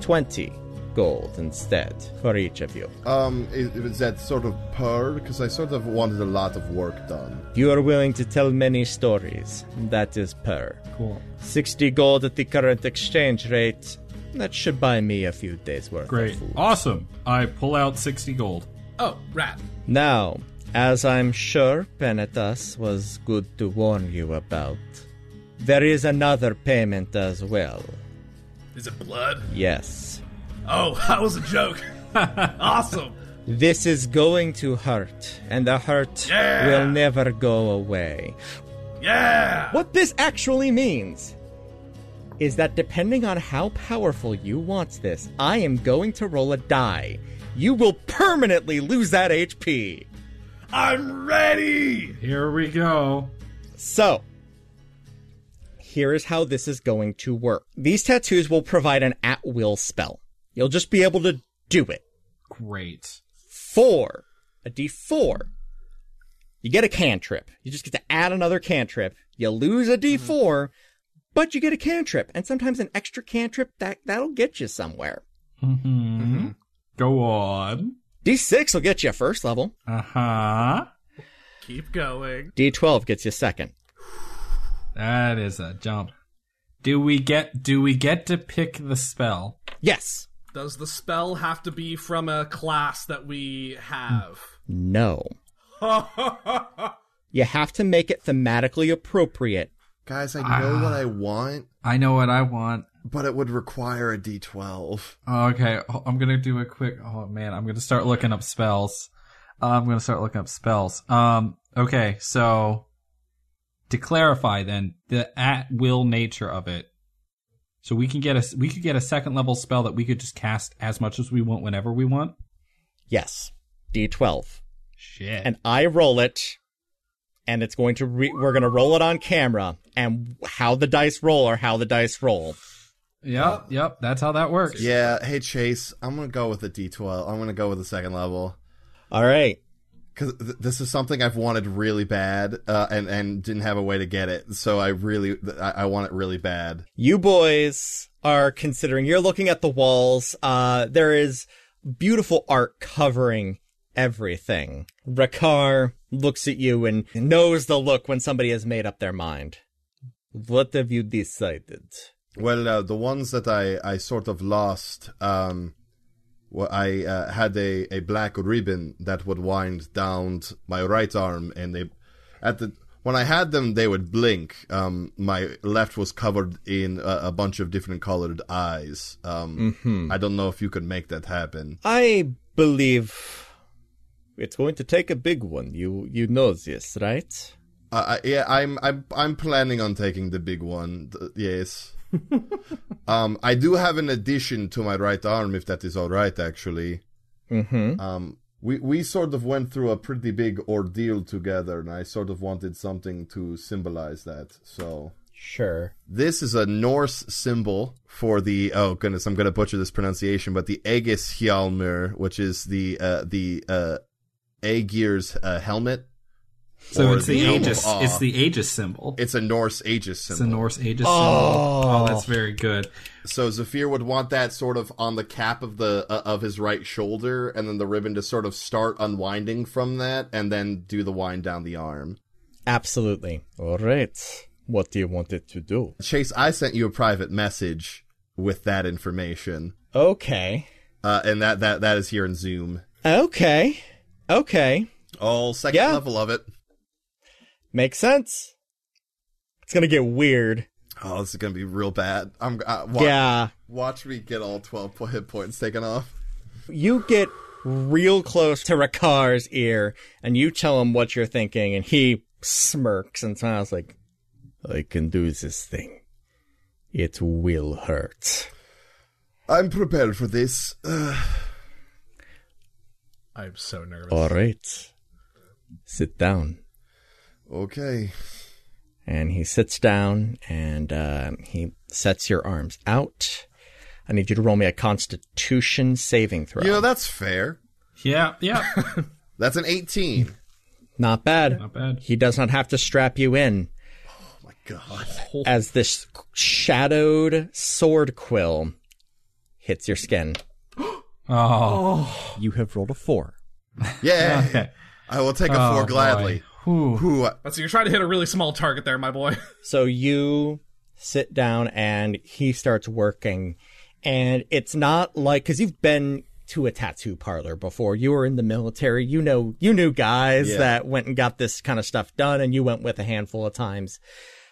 S5: 20 gold instead for each of you.
S7: Um, is, is that sort of per? Because I sort of wanted a lot of work done.
S5: You are willing to tell many stories. That is per.
S2: Cool.
S5: 60 gold at the current exchange rate. That should buy me a few days worth
S2: Great.
S5: of food.
S2: Awesome. I pull out 60 gold.
S4: Oh, rat.
S5: Now, as I'm sure Penatas was good to warn you about, there is another payment as well.
S4: Is it blood?
S5: Yes.
S4: Oh, that was a joke. awesome.
S5: This is going to hurt, and the hurt
S4: Yeah.
S5: will never go away.
S4: Yeah.
S5: What this actually means is that depending on how powerful you want this, I am going to roll a die. You will permanently lose that HP.
S4: I'm ready.
S2: Here we go.
S5: So, here is how this is going to work these tattoos will provide an at will spell. You'll just be able to do it.
S2: Great.
S5: four, a d4. You get a cantrip. You just get to add another cantrip. You lose a d4, but you get a cantrip, and sometimes an
S7: Mm-hmm.
S5: extra cantrip that that'll get you somewhere.
S2: Go Mm-hmm. on.
S5: D6 will get you first level.
S2: Uh huh.
S4: Keep going.
S5: D12 gets you second.
S2: That is a jump. Do we get do we get to pick the spell?
S5: Yes.
S4: Does the spell have to be from a class that we have?
S5: No. you have to make it thematically appropriate.
S7: Guys, I know what I want,
S2: I know what I want.
S7: but it would require a d12.
S2: Okay, oh, I'm gonna do a quick. Oh man, I'm gonna start looking up spells. Uh, I'm gonna start looking up spells. Um. Okay, so to clarify, then the at will nature of it. So we can get a we could get a second level spell that we could just cast as much as we want whenever we want.
S5: Yes. D12.
S2: Shit.
S5: And I roll it and it's going to re- we're going to roll it on camera and how the dice roll or how the dice roll.
S2: yep, yep. That's how that works.
S7: Yeah, hey Chase, I'm gonna go with a d12. I'm gonna go with the second level
S5: All right.
S7: because th- this is something I've wanted really bad, uh, and and didn't have a way to get it. So I really, th- I, I want it really bad.
S5: you boys are considering you're looking at the walls uh there is beautiful art covering everything rakar looks at you and knows the look when somebody has made up their mind what have you decided
S7: Well, uh, the ones that I, I sort of lost, um, wh- I uh, had a, a black ribbon that would wind down t- my right arm, and they, at the when I had them, they would blink. Um, my left was covered in a, a bunch of different colored eyes. Um, I don't know if you could make that happen.
S5: i believe it's going to take a big one you you know this right
S7: Uh, I, yeah, I'm I'm I'm planning on taking the big one. th- yes. um, I do have an addition to my right arm, if that is all right. Actually,
S5: mm-hmm
S7: um, we we sort of went through a pretty big ordeal together, and I sort of wanted something to symbolize that. So
S5: sure
S7: this is a Norse symbol for the oh goodness, I'm gonna butcher this pronunciation, but the Egishjalmur, which is the uh, the uh, Aegir's uh, helmet.
S2: so
S7: or
S2: it's the
S7: helm of
S2: Aegis.
S7: awe.
S2: It's the Aegis symbol.
S7: It's a Norse Aegis symbol.
S2: It's a Norse Aegis symbol.
S5: Oh.
S2: Oh, that's very good.
S7: So Zafir would want that sort of on the cap of the uh, of his right shoulder, and then the ribbon to sort of start unwinding from that, and then do the wind down the arm.
S5: absolutely all right what do you want it to do
S7: Chase, I sent you a private message with that information,
S5: okay
S7: uh, and that that that is here in Zoom.
S5: okay okay
S7: All second
S5: Yeah.
S7: level of it.
S5: Makes sense. It's gonna get weird.
S7: Oh, this is gonna be real bad. I'm uh, watch,
S5: Yeah.
S7: Watch me get all twelve po- hit points taken off.
S5: You get real close to Rakar's ear and you tell him what you're thinking and he smirks and smiles like, I can do this thing. It will hurt.
S7: I'm prepared for this. Uh,
S4: I'm so nervous.
S5: All right. Sit down.
S7: okay.
S5: And he sits down and uh, he sets your arms out. I need you to roll me a constitution saving throw.
S7: You know that's fair.
S2: Yeah, yeah.
S7: That's an eighteen.
S5: Not bad.
S2: Not bad.
S5: He does not have to strap you in.
S7: My God.
S5: as this shadowed sword quill hits your skin.
S2: Oh,
S13: You have rolled a four.
S7: Yeah.
S2: okay.
S7: I will take a
S2: Oh,
S7: four
S2: boy.
S7: gladly.
S2: Whew.
S7: Ooh, I-
S4: So you're trying to hit a really small target there, my boy.
S5: So you sit down and he starts working. And it's not like, cause you've been to a tattoo parlor before. You were in the military. You know, you knew guys
S7: Yeah.
S5: that went and got this kind of stuff done and you went with a handful of times.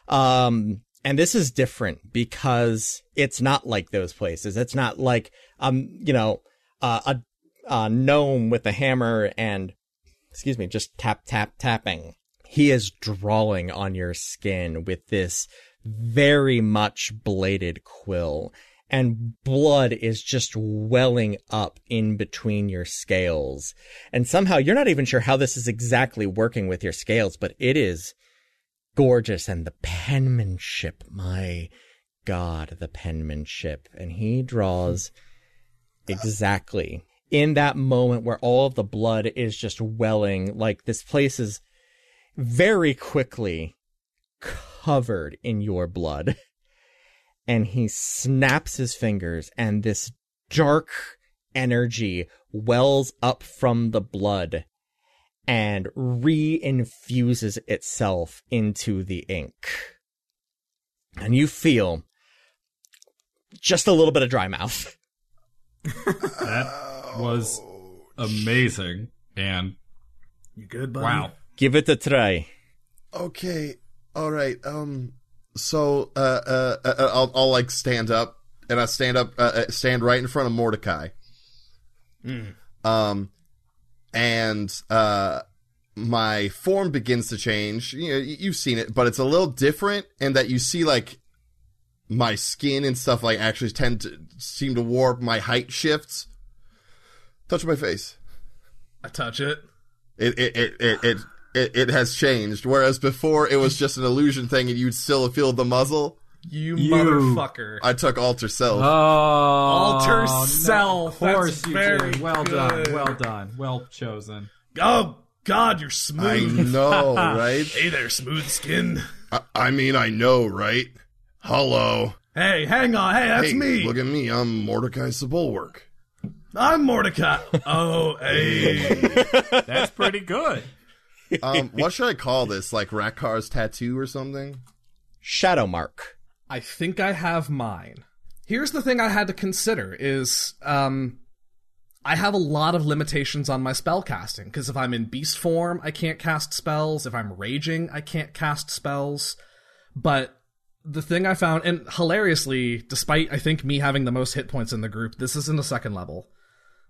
S5: Um, and this is different because it's not like those places. It's not like, um, you know, uh, a, a gnome with a hammer and, excuse me, just tap, tap, tapping. He is drawing on your skin with this very much bladed quill and blood is just welling up in between your scales. And somehow you're not even sure how this is exactly working with your scales, but it is gorgeous and the penmanship my god the penmanship and he draws exactly in that moment where all of the blood is just welling like this place is very quickly covered in your blood and he snaps his fingers and this dark energy wells up from the blood and reinfuses itself into the ink. And you feel just a little bit of dry mouth.
S2: That was amazing. And
S4: You good, buddy?
S2: wow.
S5: Give it a try.
S7: Okay. All right. Um. So, uh, uh, uh, I'll, I'll like stand up, and I stand up, uh, uh, stand right in front of Mordecai. Um, and uh, my form begins to change. You know, y- you've seen it, but it's a little different in that you see like my skin and stuff like actually tend to seem to warp. My height shifts. Touch my face.
S4: I touch it.
S7: It it it it. it it, it has changed, whereas before it was just an illusion thing, and you'd still feel the muzzle.
S4: You, motherfucker.
S7: I took alter self.
S2: Oh,
S4: Alter
S2: no.
S4: self.
S2: Of course
S4: That's
S2: you
S4: very
S2: did. Well
S4: good.
S2: done. Well done. Well chosen.
S4: Oh, God, you're
S7: I
S4: smooth.
S7: know, right?
S4: Hey there, smooth skin.
S7: I, I mean, I know, right? Hello.
S4: Hey, hang on. Hey, that's
S7: Hey,
S4: me.
S7: Look at me. I'm Mordecai Sebulwark.
S4: I'm Mordecai. oh, hey.
S2: That's pretty good.
S7: Um, what should I call this? Like Rakkar's tattoo or something?
S5: Shadow mark.
S4: I think I have mine. Here's the thing I had to consider is um I have a lot of limitations on my spell casting because if I'm in beast form, I can't cast spells. If I'm raging, I can't cast spells. But the thing I found and hilariously, despite I think me having the most hit points in the group, this isn't a second level.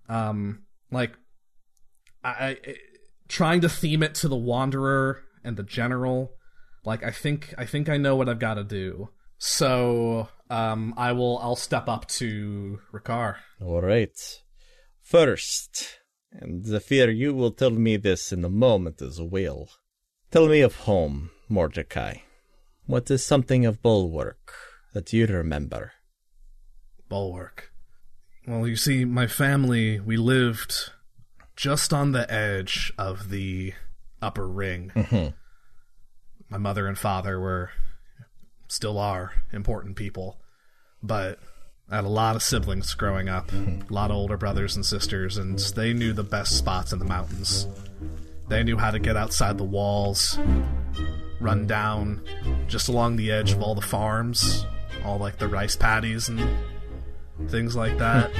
S4: Um like I, I trying to theme it to the wanderer and the general like i think i think i know what i've got to do so um i will i'll step up to rikar
S5: All right. First, and Zephyr, you will tell me this in a moment as well. Tell me of home, Mordecai. What is something of bulwark that you remember?
S4: bulwark well you see my family we lived just on the edge of the upper ring my mother and father were still are important people but i had a lot of siblings growing up a lot of older brothers and sisters and they knew the best spots in the mountains they knew how to get outside the walls run down just along the edge of all the farms all like the rice paddies and things like that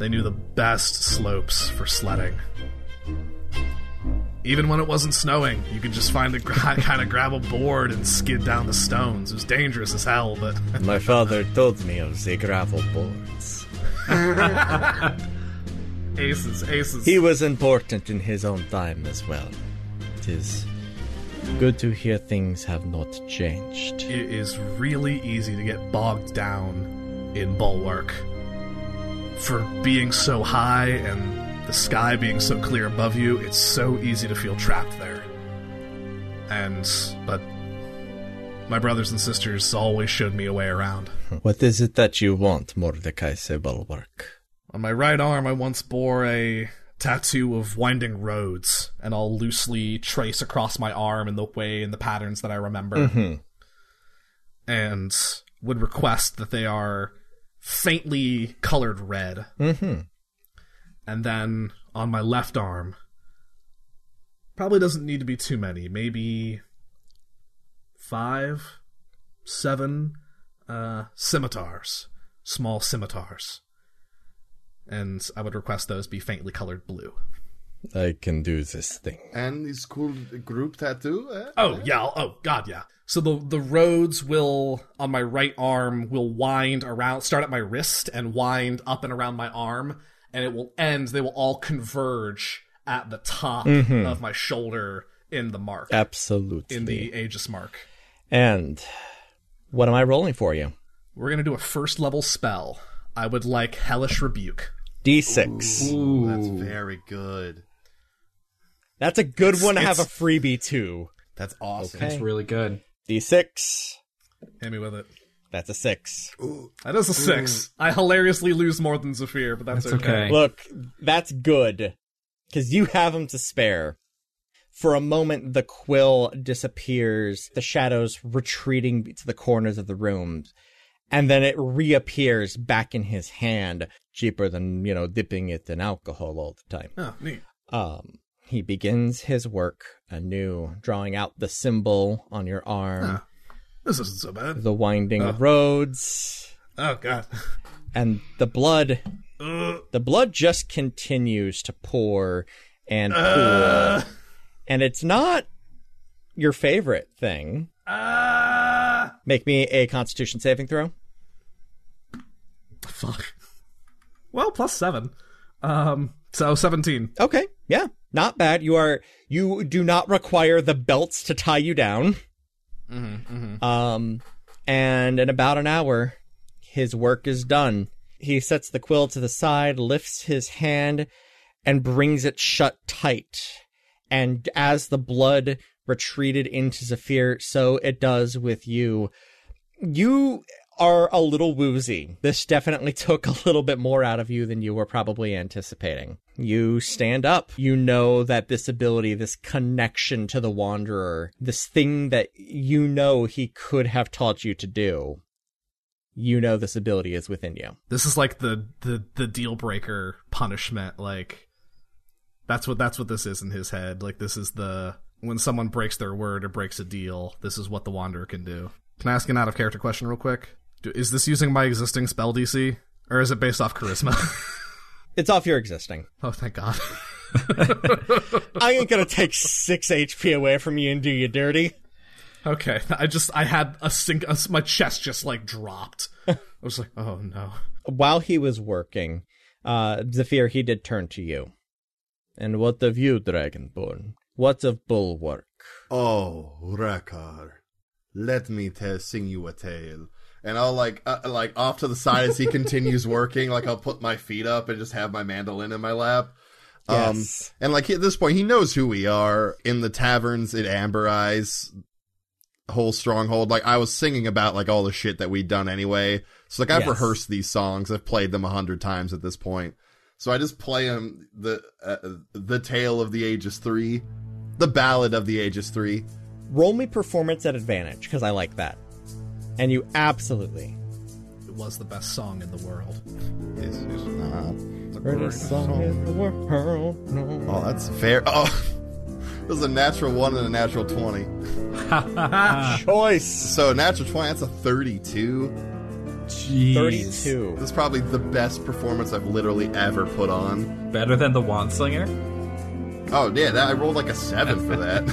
S4: they knew the best slopes for sledding even when it wasn't snowing, you could just find a kind of grab a board and skid down the stones. It was dangerous as hell, but
S5: My father told me of the gravel boards.
S4: aces, aces.
S5: He was important in his own time as well. It is good to hear things have not changed.
S4: It is really easy to get bogged down in bulwark for being so high and the sky being so clear above you. It's so easy to feel trapped there. And but my brothers and sisters always showed me a way around.
S5: What is it that you want, Mordecai Sebulwark?
S4: On my right arm, I once bore a tattoo of winding roads, and I'll loosely trace across my arm in the way and the patterns that I remember. And would request that they are faintly colored red. Mm-hmm. And then on my left arm, probably doesn't need to be too many, maybe five, seven uh, scimitars, small scimitars and I would request those be faintly colored blue.
S5: I can do this thing.
S7: And this cool group tattoo? eh?
S4: Oh yeah, I'll- oh god, yeah. So the the roads will on my right arm will wind around, start at my wrist and wind up and around my arm, and it will end. They will all converge at the top of my shoulder in the mark
S5: Absolutely.
S4: in the Aegis mark.
S5: And what am I rolling for you?
S4: We're gonna do a first level spell. I would like Hellish Rebuke.
S5: D6.
S2: Oh.
S7: That's very good.
S5: That's a good one to have a freebie to.
S7: That's awesome.
S5: Okay.
S2: Really good.
S5: D6.
S4: Hit me with it.
S5: That's a six.
S4: That is a six. I hilariously lose more than Zephyr, but that's,
S2: That's okay.
S5: Look, that's good. Because you have them to spare. For a moment, the quill disappears, the shadows retreating to the corners of the room. and then it reappears back in his hand, cheaper than, you know, dipping it in alcohol all the time.
S4: Oh, neat.
S5: Um, he begins his work anew, drawing out the symbol on your arm,
S4: Huh. This isn't so bad.
S5: the winding
S4: Huh.
S5: roads,
S4: Oh god.
S5: and the blood.
S4: Uh,
S5: The blood just continues to pour and pour,
S4: uh,
S5: and it's not your favorite thing.
S4: uh,
S5: Make me a Constitution saving throw.
S4: fuck. Well, plus seven. Um, so seventeen.
S5: Okay, yeah, not bad. You are you do not require the belts to tie you down. Um, and in about an hour, his work is done. He sets the quill to the side, lifts his hand, and brings it shut tight. And as the blood retreated into Zephyr, so it does with you. You are a little woozy. This definitely took a little bit more out of you than you were probably anticipating. You stand up. You know that this ability, this connection to the Wanderer, this thing that you know he could have taught you to do, you know this ability is within you.
S4: This is like the the the deal breaker punishment. Like that's what that's what this is in his head. Like this is the when someone breaks their word or breaks a deal. This is what the wanderer can do. Can I ask an out of character question real quick? Do, is this using my existing spell DC or is it based off charisma?
S5: It's off your existing.
S4: oh, thank God.
S5: I ain't gonna take six HP away from you and do you dirty.
S4: Okay, I just I had a sink. A, my chest just like dropped. I was like, oh no.
S5: While he was working, uh, Zephyr, he did turn to you. And what of you, Dragonborn? What of Bulwark?
S7: Oh, Rakar, let me ta sing you a tale. And I'll like, uh, like off to the side as he continues working. Like I'll put my feet up and just have my mandolin in my lap. Um,
S5: Yes.
S7: and like at this point, he knows who we are in the taverns at Amber Eyes, whole stronghold. Like I was singing about like all the shit that we'd done anyway. So like I've
S5: Yes.
S7: rehearsed these songs. I've played them a hundred times at this point. So I just play him the uh, the tale of the ages three, the ballad of the ages three.
S5: Roll me performance at advantage, because I like that. And you absolutely.
S4: It was the best song in the world.
S7: Is, is not the
S5: Greatest song in the world. No.
S7: Oh, that's fair. Oh, this is a natural one and a natural twenty.
S5: Choice
S7: So a natural twenty, that's a thirty-two.
S5: 32.
S7: This is probably the best performance I've literally ever put on.
S2: Better than the wand slinger?
S7: Oh yeah, that, I rolled like a seven for that.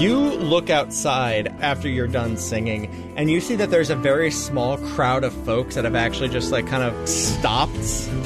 S5: You look outside after you're done singing, and you see that there's a very small crowd of folks that have actually just like kind of stopped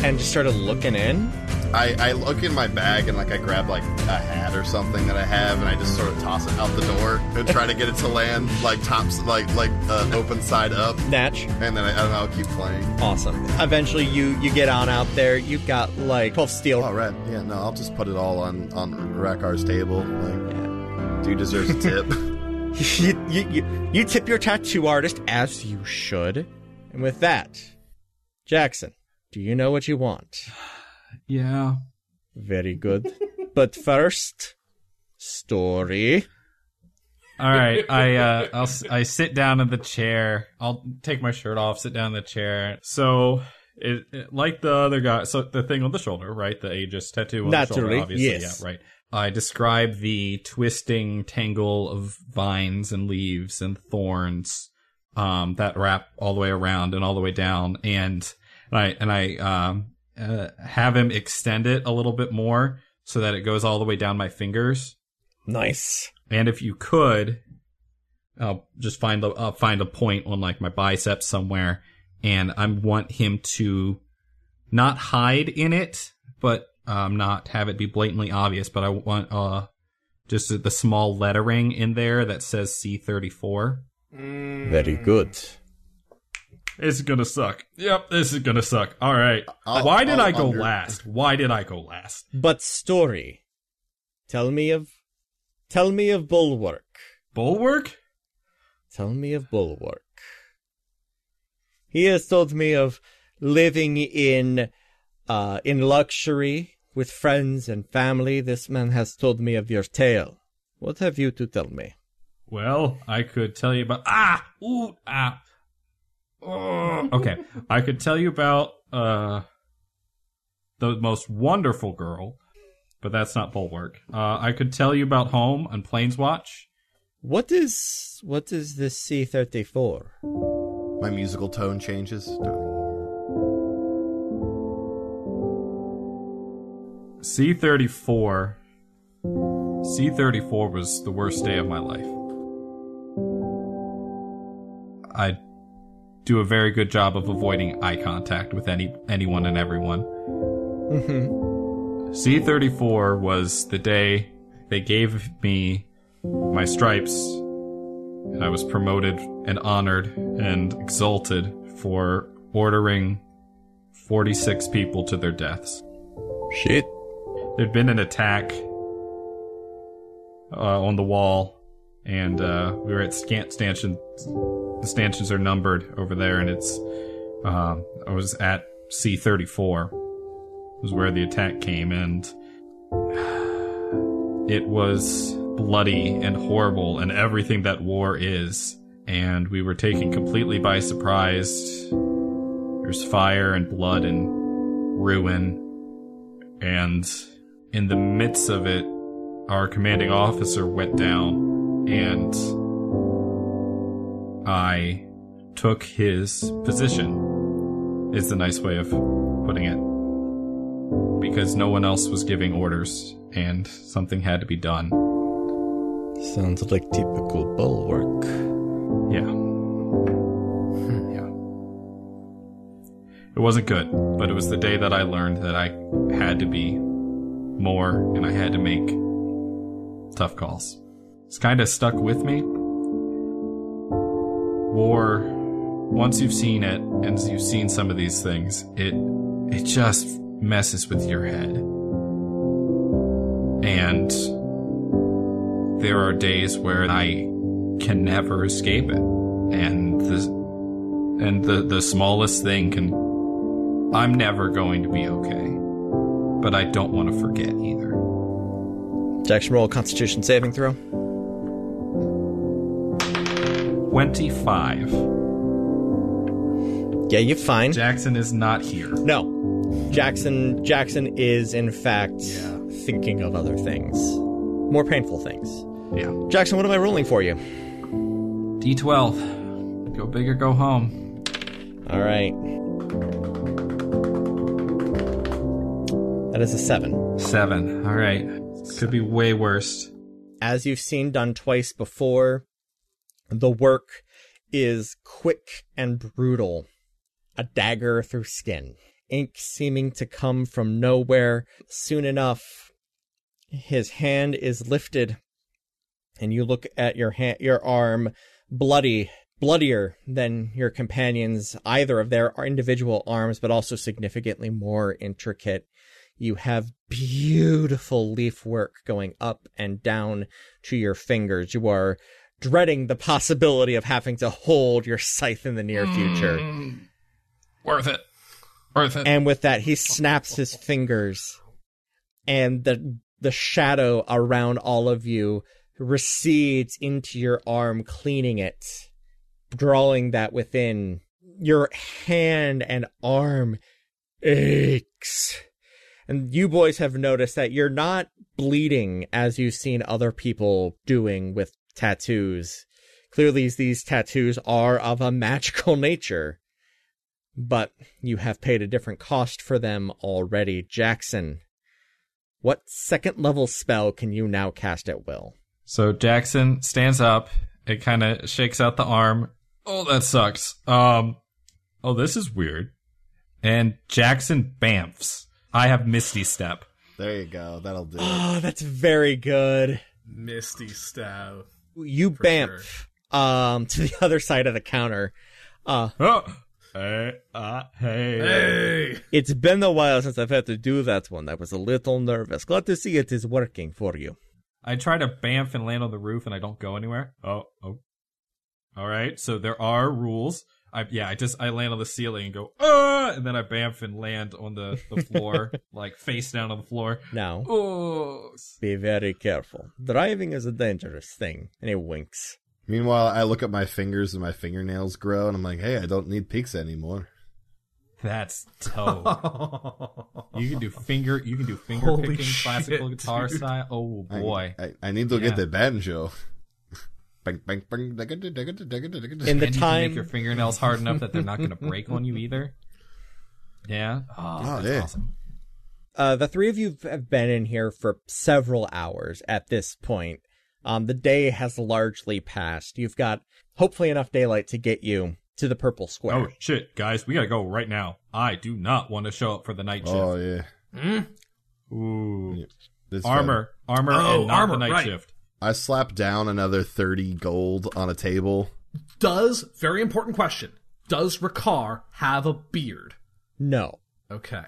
S5: and just started looking in.
S7: I, I look in my bag and like I grab like a hat or something that I have and I just sort of toss it out the door and try to get it to land like tops like like uh, open side up
S5: Natch,
S7: and then I, I don't know I'll keep playing.
S5: awesome. Eventually, you you get on out there. You've got like 12 steel.
S7: All Oh, right, yeah, no, I'll just put it all on on Rakar's table. Like, dude deserves a tip.
S5: you, you, you, you tip your tattoo artist as you should. And with that, Jackson, do you know what you want?
S2: Yeah.
S5: Very good. but first, story.
S2: All right, I uh, I'll s- I sit down in the chair. I'll take my shirt off, sit down in the chair. So, it, it- like the other guy, so the thing on the shoulder, right? The Aegis tattoo on the
S5: Naturally,
S2: shoulder, obviously,
S5: yes.
S2: yeah, right. I describe the twisting tangle of vines and leaves and thorns um, that wrap all the way around and all the way down, and and I and I um, uh, have him extend it a little bit more so that it goes all the way down my fingers.
S5: Nice.
S2: And if you could, I'll just find a I'll find a point on like my bicep somewhere, and I want him to not hide in it, but um, not have it be blatantly obvious. But I want uh, just the small lettering in there that says C thirty four.
S5: Very good.
S2: It's gonna suck. Yep, this is gonna suck. All right.
S7: I'll-
S2: Why did
S7: I'll
S2: I go
S7: under-
S2: last? Why did I go last?
S5: But story. Tell me of. Tell me of Bulwark.
S2: Bulwark.
S5: Tell me of Bulwark. He has told me of living in uh, in luxury with friends and family. This man has told me of your tale. What have you to tell me?
S2: Well, I could tell you about ah ooh ah. Oh. Okay, I could tell you about uh the most wonderful girl, but that's not bulwark. Uh, I could tell you about home and planes watch.
S5: What is what is this C thirty four?
S7: My musical tone changes.
S2: C thirty four. C thirty four was the worst day of my life. I do a very good job of avoiding eye contact with any anyone and everyone. C34 was the day they gave me my stripes, and I was promoted and honored and exalted for ordering 46 people to their deaths.
S14: Shit.
S2: There'd been an attack uh, on the wall, and uh, we were at scant stanchion. The stanchions are numbered over there, and it's. Uh, I was at C34 was where the attack came, and it was bloody and horrible and everything that war is. And we were taken completely by surprise. There's fire and blood and ruin. And in the midst of it, our commanding officer went down, and I took his position, is the nice way of putting it because no one else was giving orders and something had to be done.
S5: Sounds like typical bulwark.
S2: Yeah. Yeah. It wasn't good, but it was the day that I learned that I had to be more and I had to make tough calls. It's kind of stuck with me. War, once you've seen it and you've seen some of these things, it it just messes with your head. And there are days where I can never escape it. And the and the, the smallest thing can I'm never going to be okay. But I don't want to forget either.
S5: Jackson roll a Constitution saving throw.
S2: 25.
S5: Yeah, you're fine.
S2: Jackson is not here.
S5: no, Jackson. Jackson is in fact thinking of other things, more painful things.
S2: Yeah.
S5: Jackson, what am I rolling for you?
S2: D12. Go big or go home.
S5: All right. That is a seven.
S2: Seven. All right. Could be way worse.
S5: As you've seen done twice before, the work is quick and brutal. A dagger through skin, ink seeming to come from nowhere. Soon enough, his hand is lifted, and you look at your hand, your arm, bloody, bloodier than your companions, either of their individual arms, but also significantly more intricate. You have beautiful leaf work going up and down to your fingers. You are dreading the possibility of having to hold your scythe in the near
S2: Hmm.
S5: future.
S2: Mm. Worth it. Worth it.
S5: And with that, he snaps his fingers, and the the shadow around all of you recedes into your arm, cleaning it, drawing that within. Your hand and arm aches. And you boys have noticed that you're not bleeding as you've seen other people doing with tattoos. Clearly, these tattoos are of a magical nature but you have paid a different cost for them already, Jackson. What second level spell can you now cast at will?
S2: So Jackson stands up and kind of shakes out the arm. Oh, that sucks. Um, oh, this is weird. And Jackson bamfs. I have Misty Step.
S7: There you go. That'll do. it.
S5: Oh, that's very good.
S4: Misty Stow.
S5: You bamf um to the other side of the counter. Uh
S2: Oh, hey, ah, hey.
S4: Hey!
S5: it's been a while since I've had to do that one. I was a little nervous. Glad to see it is working for you.
S2: I try to bamf and land on the roof, and I don't go anywhere. Oh, oh. All right. So there are rules. I yeah. I just I land on the ceiling and go ah, and then I bamf and land on the the floor, like face down on the floor.
S5: Now
S2: Oh.
S5: be very careful. Driving is a dangerous thing. And he winks.
S7: Meanwhile, I look at my fingers and my fingernails grow, and I'm like, hey, I don't need pizza anymore.
S15: That's toe. you can do finger. You can do finger
S2: Holy
S15: picking,
S2: shit,
S15: classical guitar
S2: dude.
S15: style. Oh
S7: I-
S15: boy,
S7: I, I need to get
S15: Yeah.
S7: the banjo. bang, bang, bang, digga, digga, digga, digga, digga, digga.
S5: In the
S15: and you can make
S5: time,
S15: your fingernails hard enough that they're not going to break on you either. Yeah.
S7: Oh,
S15: that's
S7: yeah.
S15: awesome.
S5: uh, the three of you have been in here for several hours at this point. Um, the day has largely passed. You've got hopefully enough daylight to get you to the purple square.
S2: Oh shit, guys, we gotta go right now. I do not want to show up for the night shift.
S7: Oh, yeah.
S2: Ooh,
S7: This
S2: armor, armor,
S4: Oh,
S2: and not
S4: armor,
S2: the night
S4: right.
S2: shift.
S7: guy. I slap down another 30 gold on a table.
S4: Does very important question. Does Ricard have a beard?
S5: No.
S4: Okay.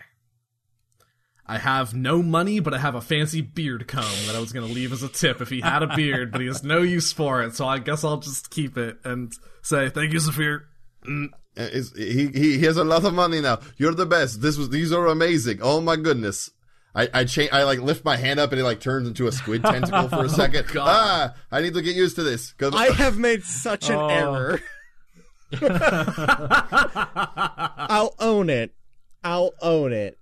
S4: I have no money, but I have a fancy beard comb that I was going to leave as a tip if he had a beard, but he has no use for it, so I guess I'll just keep it and say thank you, Zephyr.
S7: Uh, is- he, he he has a lot of money now. You're the best. This was these are amazing. Oh my goodness. I I cha- I like lift my hand up and it like turns into a squid tentacle
S4: Oh,
S7: for a second. ah, I need to get used to this. 'Cause-
S5: I have made such an error. I'll own it. I'll own it.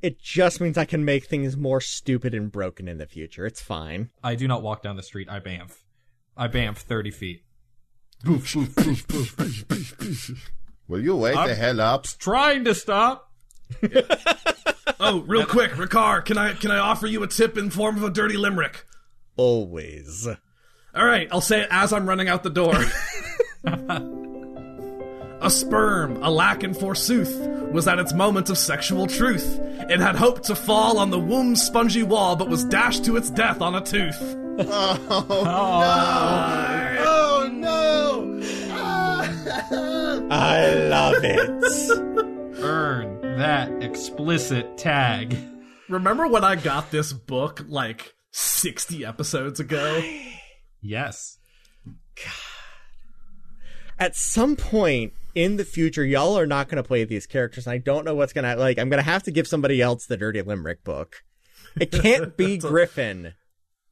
S5: It just means I can make things more stupid and broken in the future. It's fine.
S15: I do not walk down the street. I bamf. I bamf thirty feet.
S7: Will you wake the hell up?
S15: Trying to stop.
S4: Oh, real quick, Ricard, can I can I offer you a tip in form of a dirty limerick?
S5: Always.
S4: All right, I'll say it as I'm running out the door. a sperm, alack and forsooth, was at its moment of sexual truth. It had hoped to fall on the womb's spongy wall, but was dashed to its death on a tooth.
S7: Oh no!
S5: I love it.
S15: Earn that explicit tag.
S4: Remember when I got this book like 60 episodes ago?
S15: Yes.
S5: At some point in the future, y'all are not going to play these characters. I don't know what's going to like. I'm going to have to give somebody else the Dirty Limerick book. It can't be Griffin.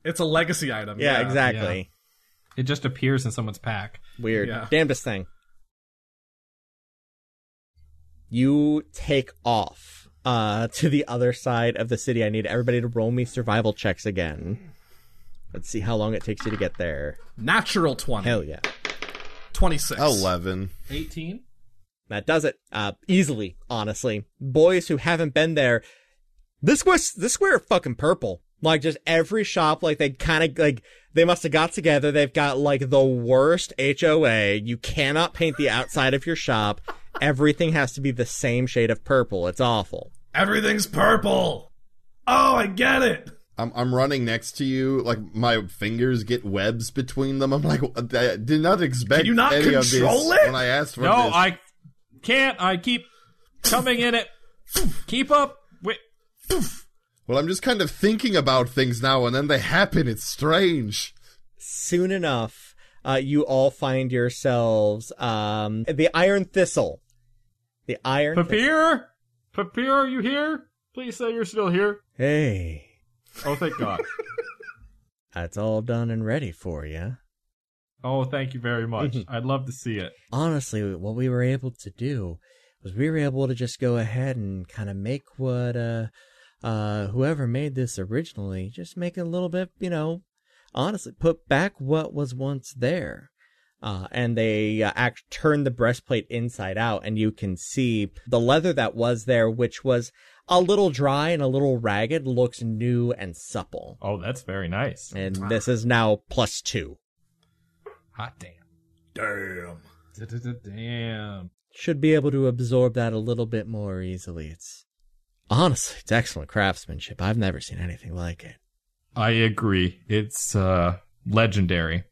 S4: It's a legacy item.
S5: Yeah, exactly.
S15: It just appears in someone's pack.
S5: Weird.
S4: Yeah.
S5: Damnedest thing. You take off uh, to the other side of the city. I need everybody to roll me survival checks again. Let's see how long it takes you to get there.
S4: Natural 20.
S5: Hell yeah.
S4: 26.
S7: Eleven.
S15: Eighteen.
S5: That does it. Uh, easily, honestly. Boys who haven't been there, this was this square is fucking purple. Like just every shop, like they kind of like they must have got together. They've got like the worst HOA. You cannot paint the outside of your shop. Everything has to be the same shade of purple. It's awful.
S4: Everything's purple. Oh, I get it.
S7: I'm I'm running next to you. Like my fingers get webs between them. I'm like, I did not expect.
S4: you not
S7: any of
S4: control
S7: this
S4: it?
S7: When I asked for
S2: No,
S7: this.
S2: I can't. I keep coming in it. keep up. Wait,
S7: Well, I'm just kind of thinking about things now, and then they happen. It's strange.
S5: soon enough, uh, you all find yourselves um, the Iron Thistle. The Iron Thistle.
S2: Papier, Papier, are you here? Please say you're still here.
S5: Hey,
S2: Oh, thank God.
S5: that's all done and ready for you.
S2: oh, thank you very much. I'd love to see it.
S5: Honestly, what we were able to do was we were able to just go ahead and kind of make what uh, uh, whoever made this originally just make it a little bit, you know, honestly, put back what was once there. Uh, and they uh, act turn the breastplate inside out, and you can see the leather that was there, which was a little dry and a little ragged, looks new and supple.
S2: Oh, that's very nice.
S5: And this is now plus two.
S15: Hot damn.
S4: Damn.
S15: Damn.
S5: Should be able to absorb that a little bit more easily. It's honestly, it's excellent craftsmanship. I've never seen anything like it.
S2: I agree. It's uh legendary.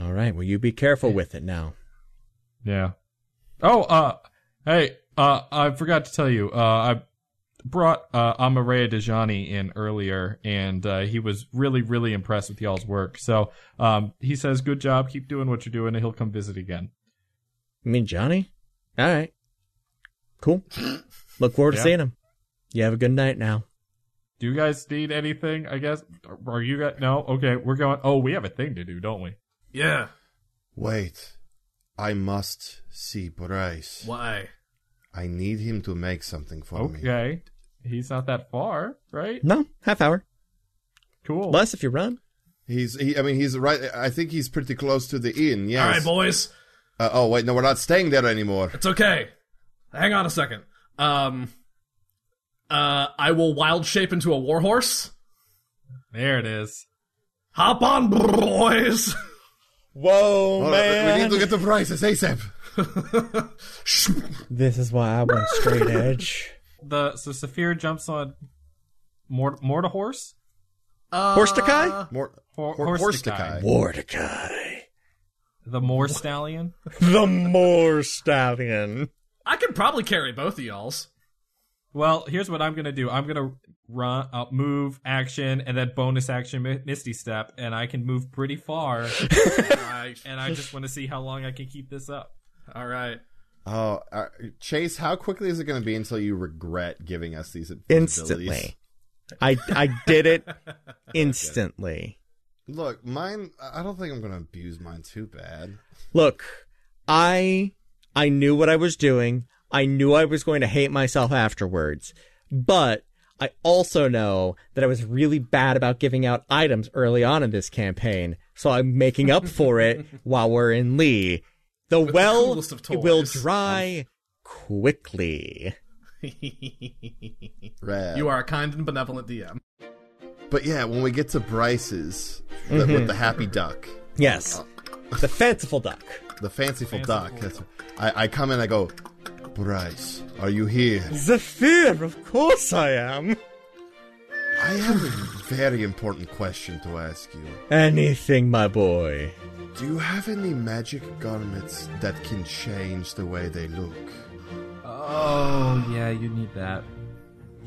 S5: All right, well, you be careful with it now.
S2: Yeah. Oh, uh, hey, uh, I forgot to tell you, uh, I brought, uh, Amarea Dejani in earlier and, uh, he was really, really impressed with y'all's work. So, um, he says, good job, keep doing what you're doing and he'll come visit again.
S5: You mean Johnny? All right. Cool. Look forward to
S2: Yeah.
S5: seeing him. You have a good night now.
S2: Do you guys need anything? I guess, are you guys, no? Okay, we're going, oh, we have a thing to do, don't we?
S4: Yeah.
S7: Wait. I must see Bryce.
S4: Why?
S7: I need him to make something for me.
S2: Okay. He's not that far, right?
S13: No, half hour.
S2: Cool.
S13: Less if you run.
S7: He's, he, I mean, he's right. I think he's pretty close to the inn. Yes.
S4: All right, boys.
S7: Uh, oh wait, no, we're not staying there anymore.
S4: It's okay. Hang on a second. Um, uh, I will wild shape into a warhorse.
S2: There it is.
S4: Hop on, boys.
S13: Whoa,
S7: All right, we- we need to get the prices ASAP.
S13: This is why I went straight edge.
S2: The so Saphir jumps on Mort Morta horse?
S4: Uh,
S13: Horstakai?
S7: More
S2: Hor-
S7: Hor-
S2: Horstakai.
S7: Horstakai.
S13: Mordecai.
S2: The Moor stallion?
S13: The more stallion.
S4: I could probably carry both of y'all's.
S2: Well, here's what I'm gonna do. I'm gonna run, uh, move, action, and then bonus action, mi- Misty Step, and I can move pretty far.
S4: right.
S2: and I just want to see how long I can keep this up.
S4: All right.
S7: Oh, uh, Chase, how quickly is it going to be until you regret giving us these abilities?
S13: Instantly. I I did it instantly.
S7: Look, mine. I don't think I'm going to abuse mine too bad.
S13: Look, I I knew what I was doing. I knew I was going to hate myself afterwards. But I also know that I was really bad about giving out items early on in this campaign, so I'm making up for it while we're in Lee. The
S4: the
S13: well
S4: coolest of
S13: it will
S4: toys. Um,
S13: dry quickly.
S4: you
S7: Rad.
S4: are a kind and benevolent DM.
S7: But yeah, when we get to Bryce's the, with the happy duck,
S13: Yes. The fanciful duck.
S7: the fanciful, duck, that's, I, I come in, I go, Bryce, are you here?
S13: Zephyr, of course I am.
S7: I have a very important question to ask you.
S13: Anything, my boy.
S7: Do you have any magic garments that can change the way they look?
S2: Oh yeah, you need that.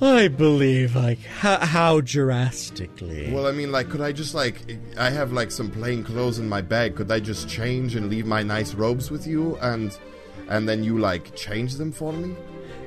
S13: I believe I. How, how drastically?
S7: Well, I mean, like, could I just, like, I have, like, some plain clothes in my bag. Could I just change and leave my nice robes with you and. And then you like change them for me?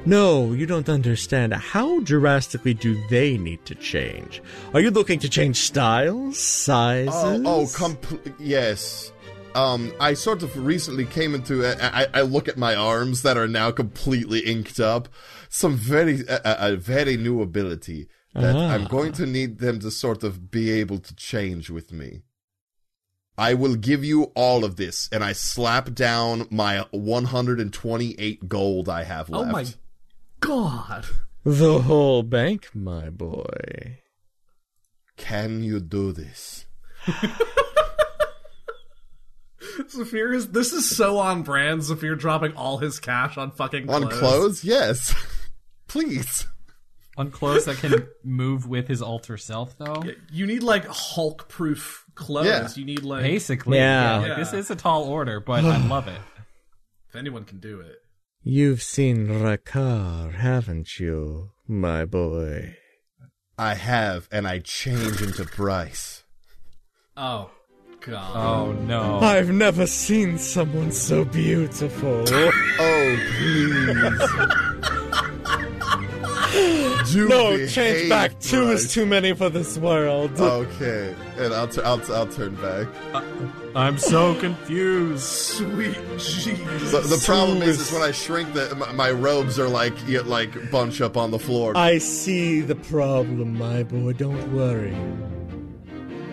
S13: no, you don't understand. How drastically do they need to change? Are you looking to change styles, sizes?
S7: Oh, oh, compl- yes. Um, I sort of recently came into. I, I- I look at my arms that are now completely inked up. Some very a, a a very new ability that
S4: Ah.
S7: I'm going to need them to sort of be able to change with me. I will give you all of this, and I slap down my 128 gold I have left.
S4: Oh my god.
S13: The whole bank, my boy.
S7: Can you do this?
S4: Zafir is this is so on brand. Zafir dropping all his cash on fucking clothes.
S7: On clothes? Yes. Please.
S2: On clothes that can move with his alter self, though.
S4: You need like Hulk proof clothes.
S7: Yeah.
S4: You need like
S2: Basically,
S13: Yeah.
S2: like,
S4: Yeah.
S2: this is a tall order, but I love it.
S4: if anyone can do it.
S13: You've seen Rakar, haven't you, my boy?
S7: I have, and I change into Bryce.
S4: Oh god.
S2: Oh no.
S13: I've never seen someone so beautiful.
S7: Oh, please. Do
S13: no,
S7: behave,
S13: change back. Two is
S7: Bryce.
S13: too many for this world.
S7: Oh. Okay, and I'll, tu- I'll, I'll turn back.
S2: I'm so confused.
S4: Sweet Jesus.
S7: The, the problem is,
S13: is-
S7: is when I shrink, the, my, my robes are like you know, like bunch up on the floor.
S13: I see the problem, my boy. Don't worry.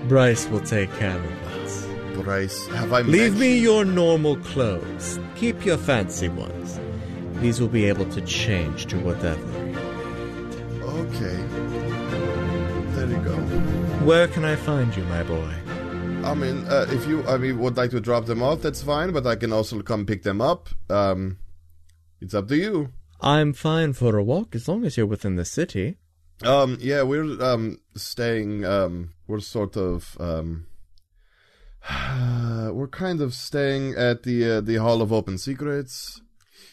S13: Bryce will take care of us.
S7: Bryce, have I
S13: Leave me
S7: mentioned-
S13: your normal clothes. Keep your fancy ones. These will be able to change to whatever.
S7: Okay, there you go.
S13: Where can I find you, my boy?
S7: I mean, uh, if you I mean would like to drop them off, that's fine. But I can also come pick them up. Um, it's up to you.
S13: I'm fine for a walk as long as you're within the city.
S7: Um, yeah, we're um staying. Um, we're sort of um, we're kind of staying at the uh, the Hall of Open Secrets.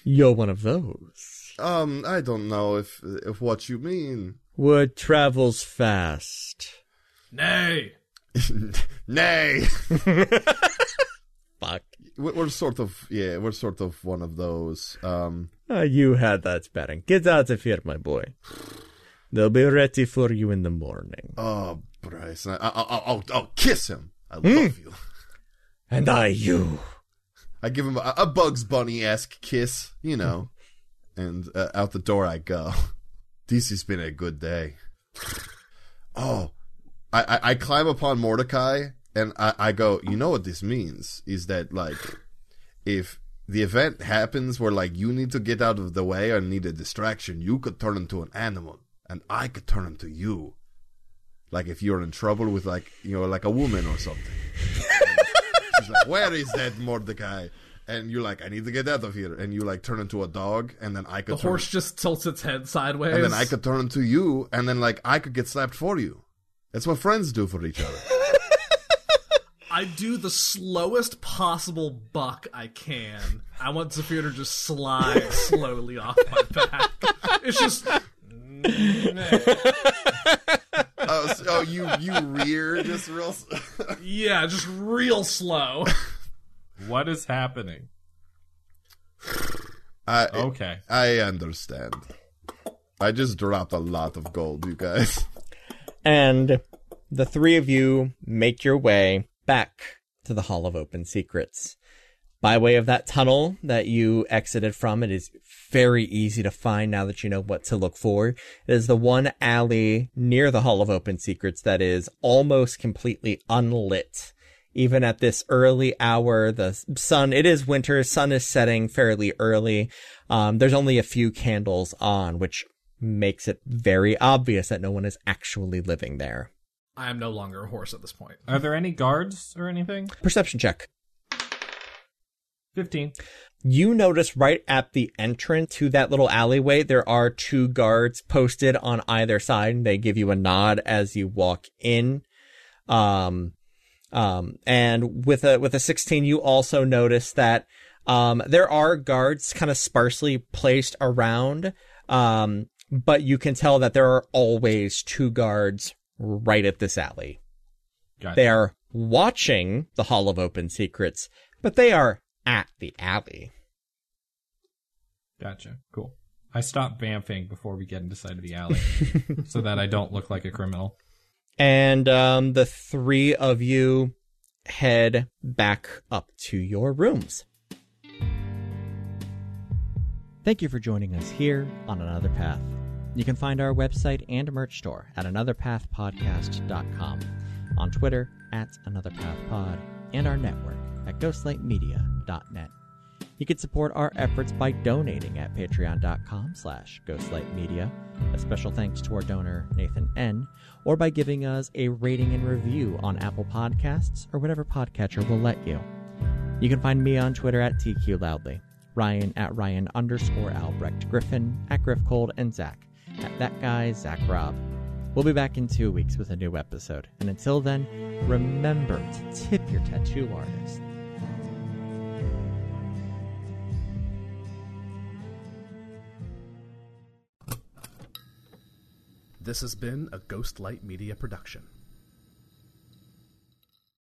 S13: You're one of those.
S7: Um, I don't know if if what you mean.
S13: Word travels fast.
S4: Nay.
S7: Nay,
S13: Fuck.
S7: we're we're sort of yeah, we're sort of one of those. Um,
S13: Ah, you had that pattern. Get out of here, my boy. They'll be ready for you in the morning.
S7: oh, Bryce, I, I, I'll, I'll, I'll kiss him. I love you.
S13: And I you.
S7: I give him a, a Bugs Bunny esque kiss, you know, and uh, out the door I go. This has been a good day. Oh, I, I, I climb upon Mordecai and I, I go, you know what this means? Is that, like, if the event happens where, like, you need to get out of the way or need a distraction, you could turn into an animal and I could turn into you. Like, if you're in trouble with, like, you know, like a woman or something. She's like, "Where is that Mordecai?" And you're like, "I need to get out of here." And you like turn into a dog, and then I could
S4: The
S7: turn,
S4: horse just tilts its head sideways.
S7: and then I could turn into you, and then like I could get slapped for you. That's what friends do for each other.
S4: I do the slowest possible buck I can. I want Zafir to just slide slowly off my back. It's just
S7: oh, so, oh, you you rear just real. s-
S4: yeah, just real slow.
S2: What is happening?
S7: I
S2: Okay.
S7: I understand. I just dropped a lot of gold, you guys.
S13: and the three of you make your way back to the Hall of Open Secrets. By way of that tunnel that you exited from, it is very easy to find now that you know what to look for. It is the one alley near the Hall of Open Secrets that is almost completely unlit. Even at this early hour, the sun, it is winter, sun is setting fairly early. Um, there's only a few candles on, which makes it very obvious that no one is actually living there.
S4: I am no longer a horse at this point.
S2: Are there any guards or anything?
S13: Perception check.
S2: 15.
S13: you notice right at the entrance to that little alleyway, there are two guards posted on either side, and they give you a nod as you walk in. Um, um, and with a with a sixteen, you also notice that um, there are guards kind of sparsely placed around. Um, but you can tell that there are always two guards right at this alley.
S2: Got
S13: They are watching the Hall of Open Secrets, but they are at the alley.
S2: Gotcha. Cool. I stop vamping before we get inside of the alley so that I don't look like a criminal.
S13: And um, the three of you head back up to your rooms.
S5: Thank you for joining us here on Another Path. You can find our website and merch store at anotherpathpodcast.com, on Twitter at anotherpathpod, and our network at ghostlightmedia.net. You can support our efforts by donating at patreon.com slash ghostlightmedia. A special thanks to our donor, Nathan N., or by giving us a rating and review on Apple Podcasts or whatever podcatcher will let you. You can find me on Twitter at TQ Loudly, Ryan at Ryan underscore Albrecht Griffin, at Griff Cold, and Zach at that guy Zach Rob. We'll be back in two weeks with a new episode, and until then, remember to tip your tattoo artist.
S16: This has been a Ghostlight Media production.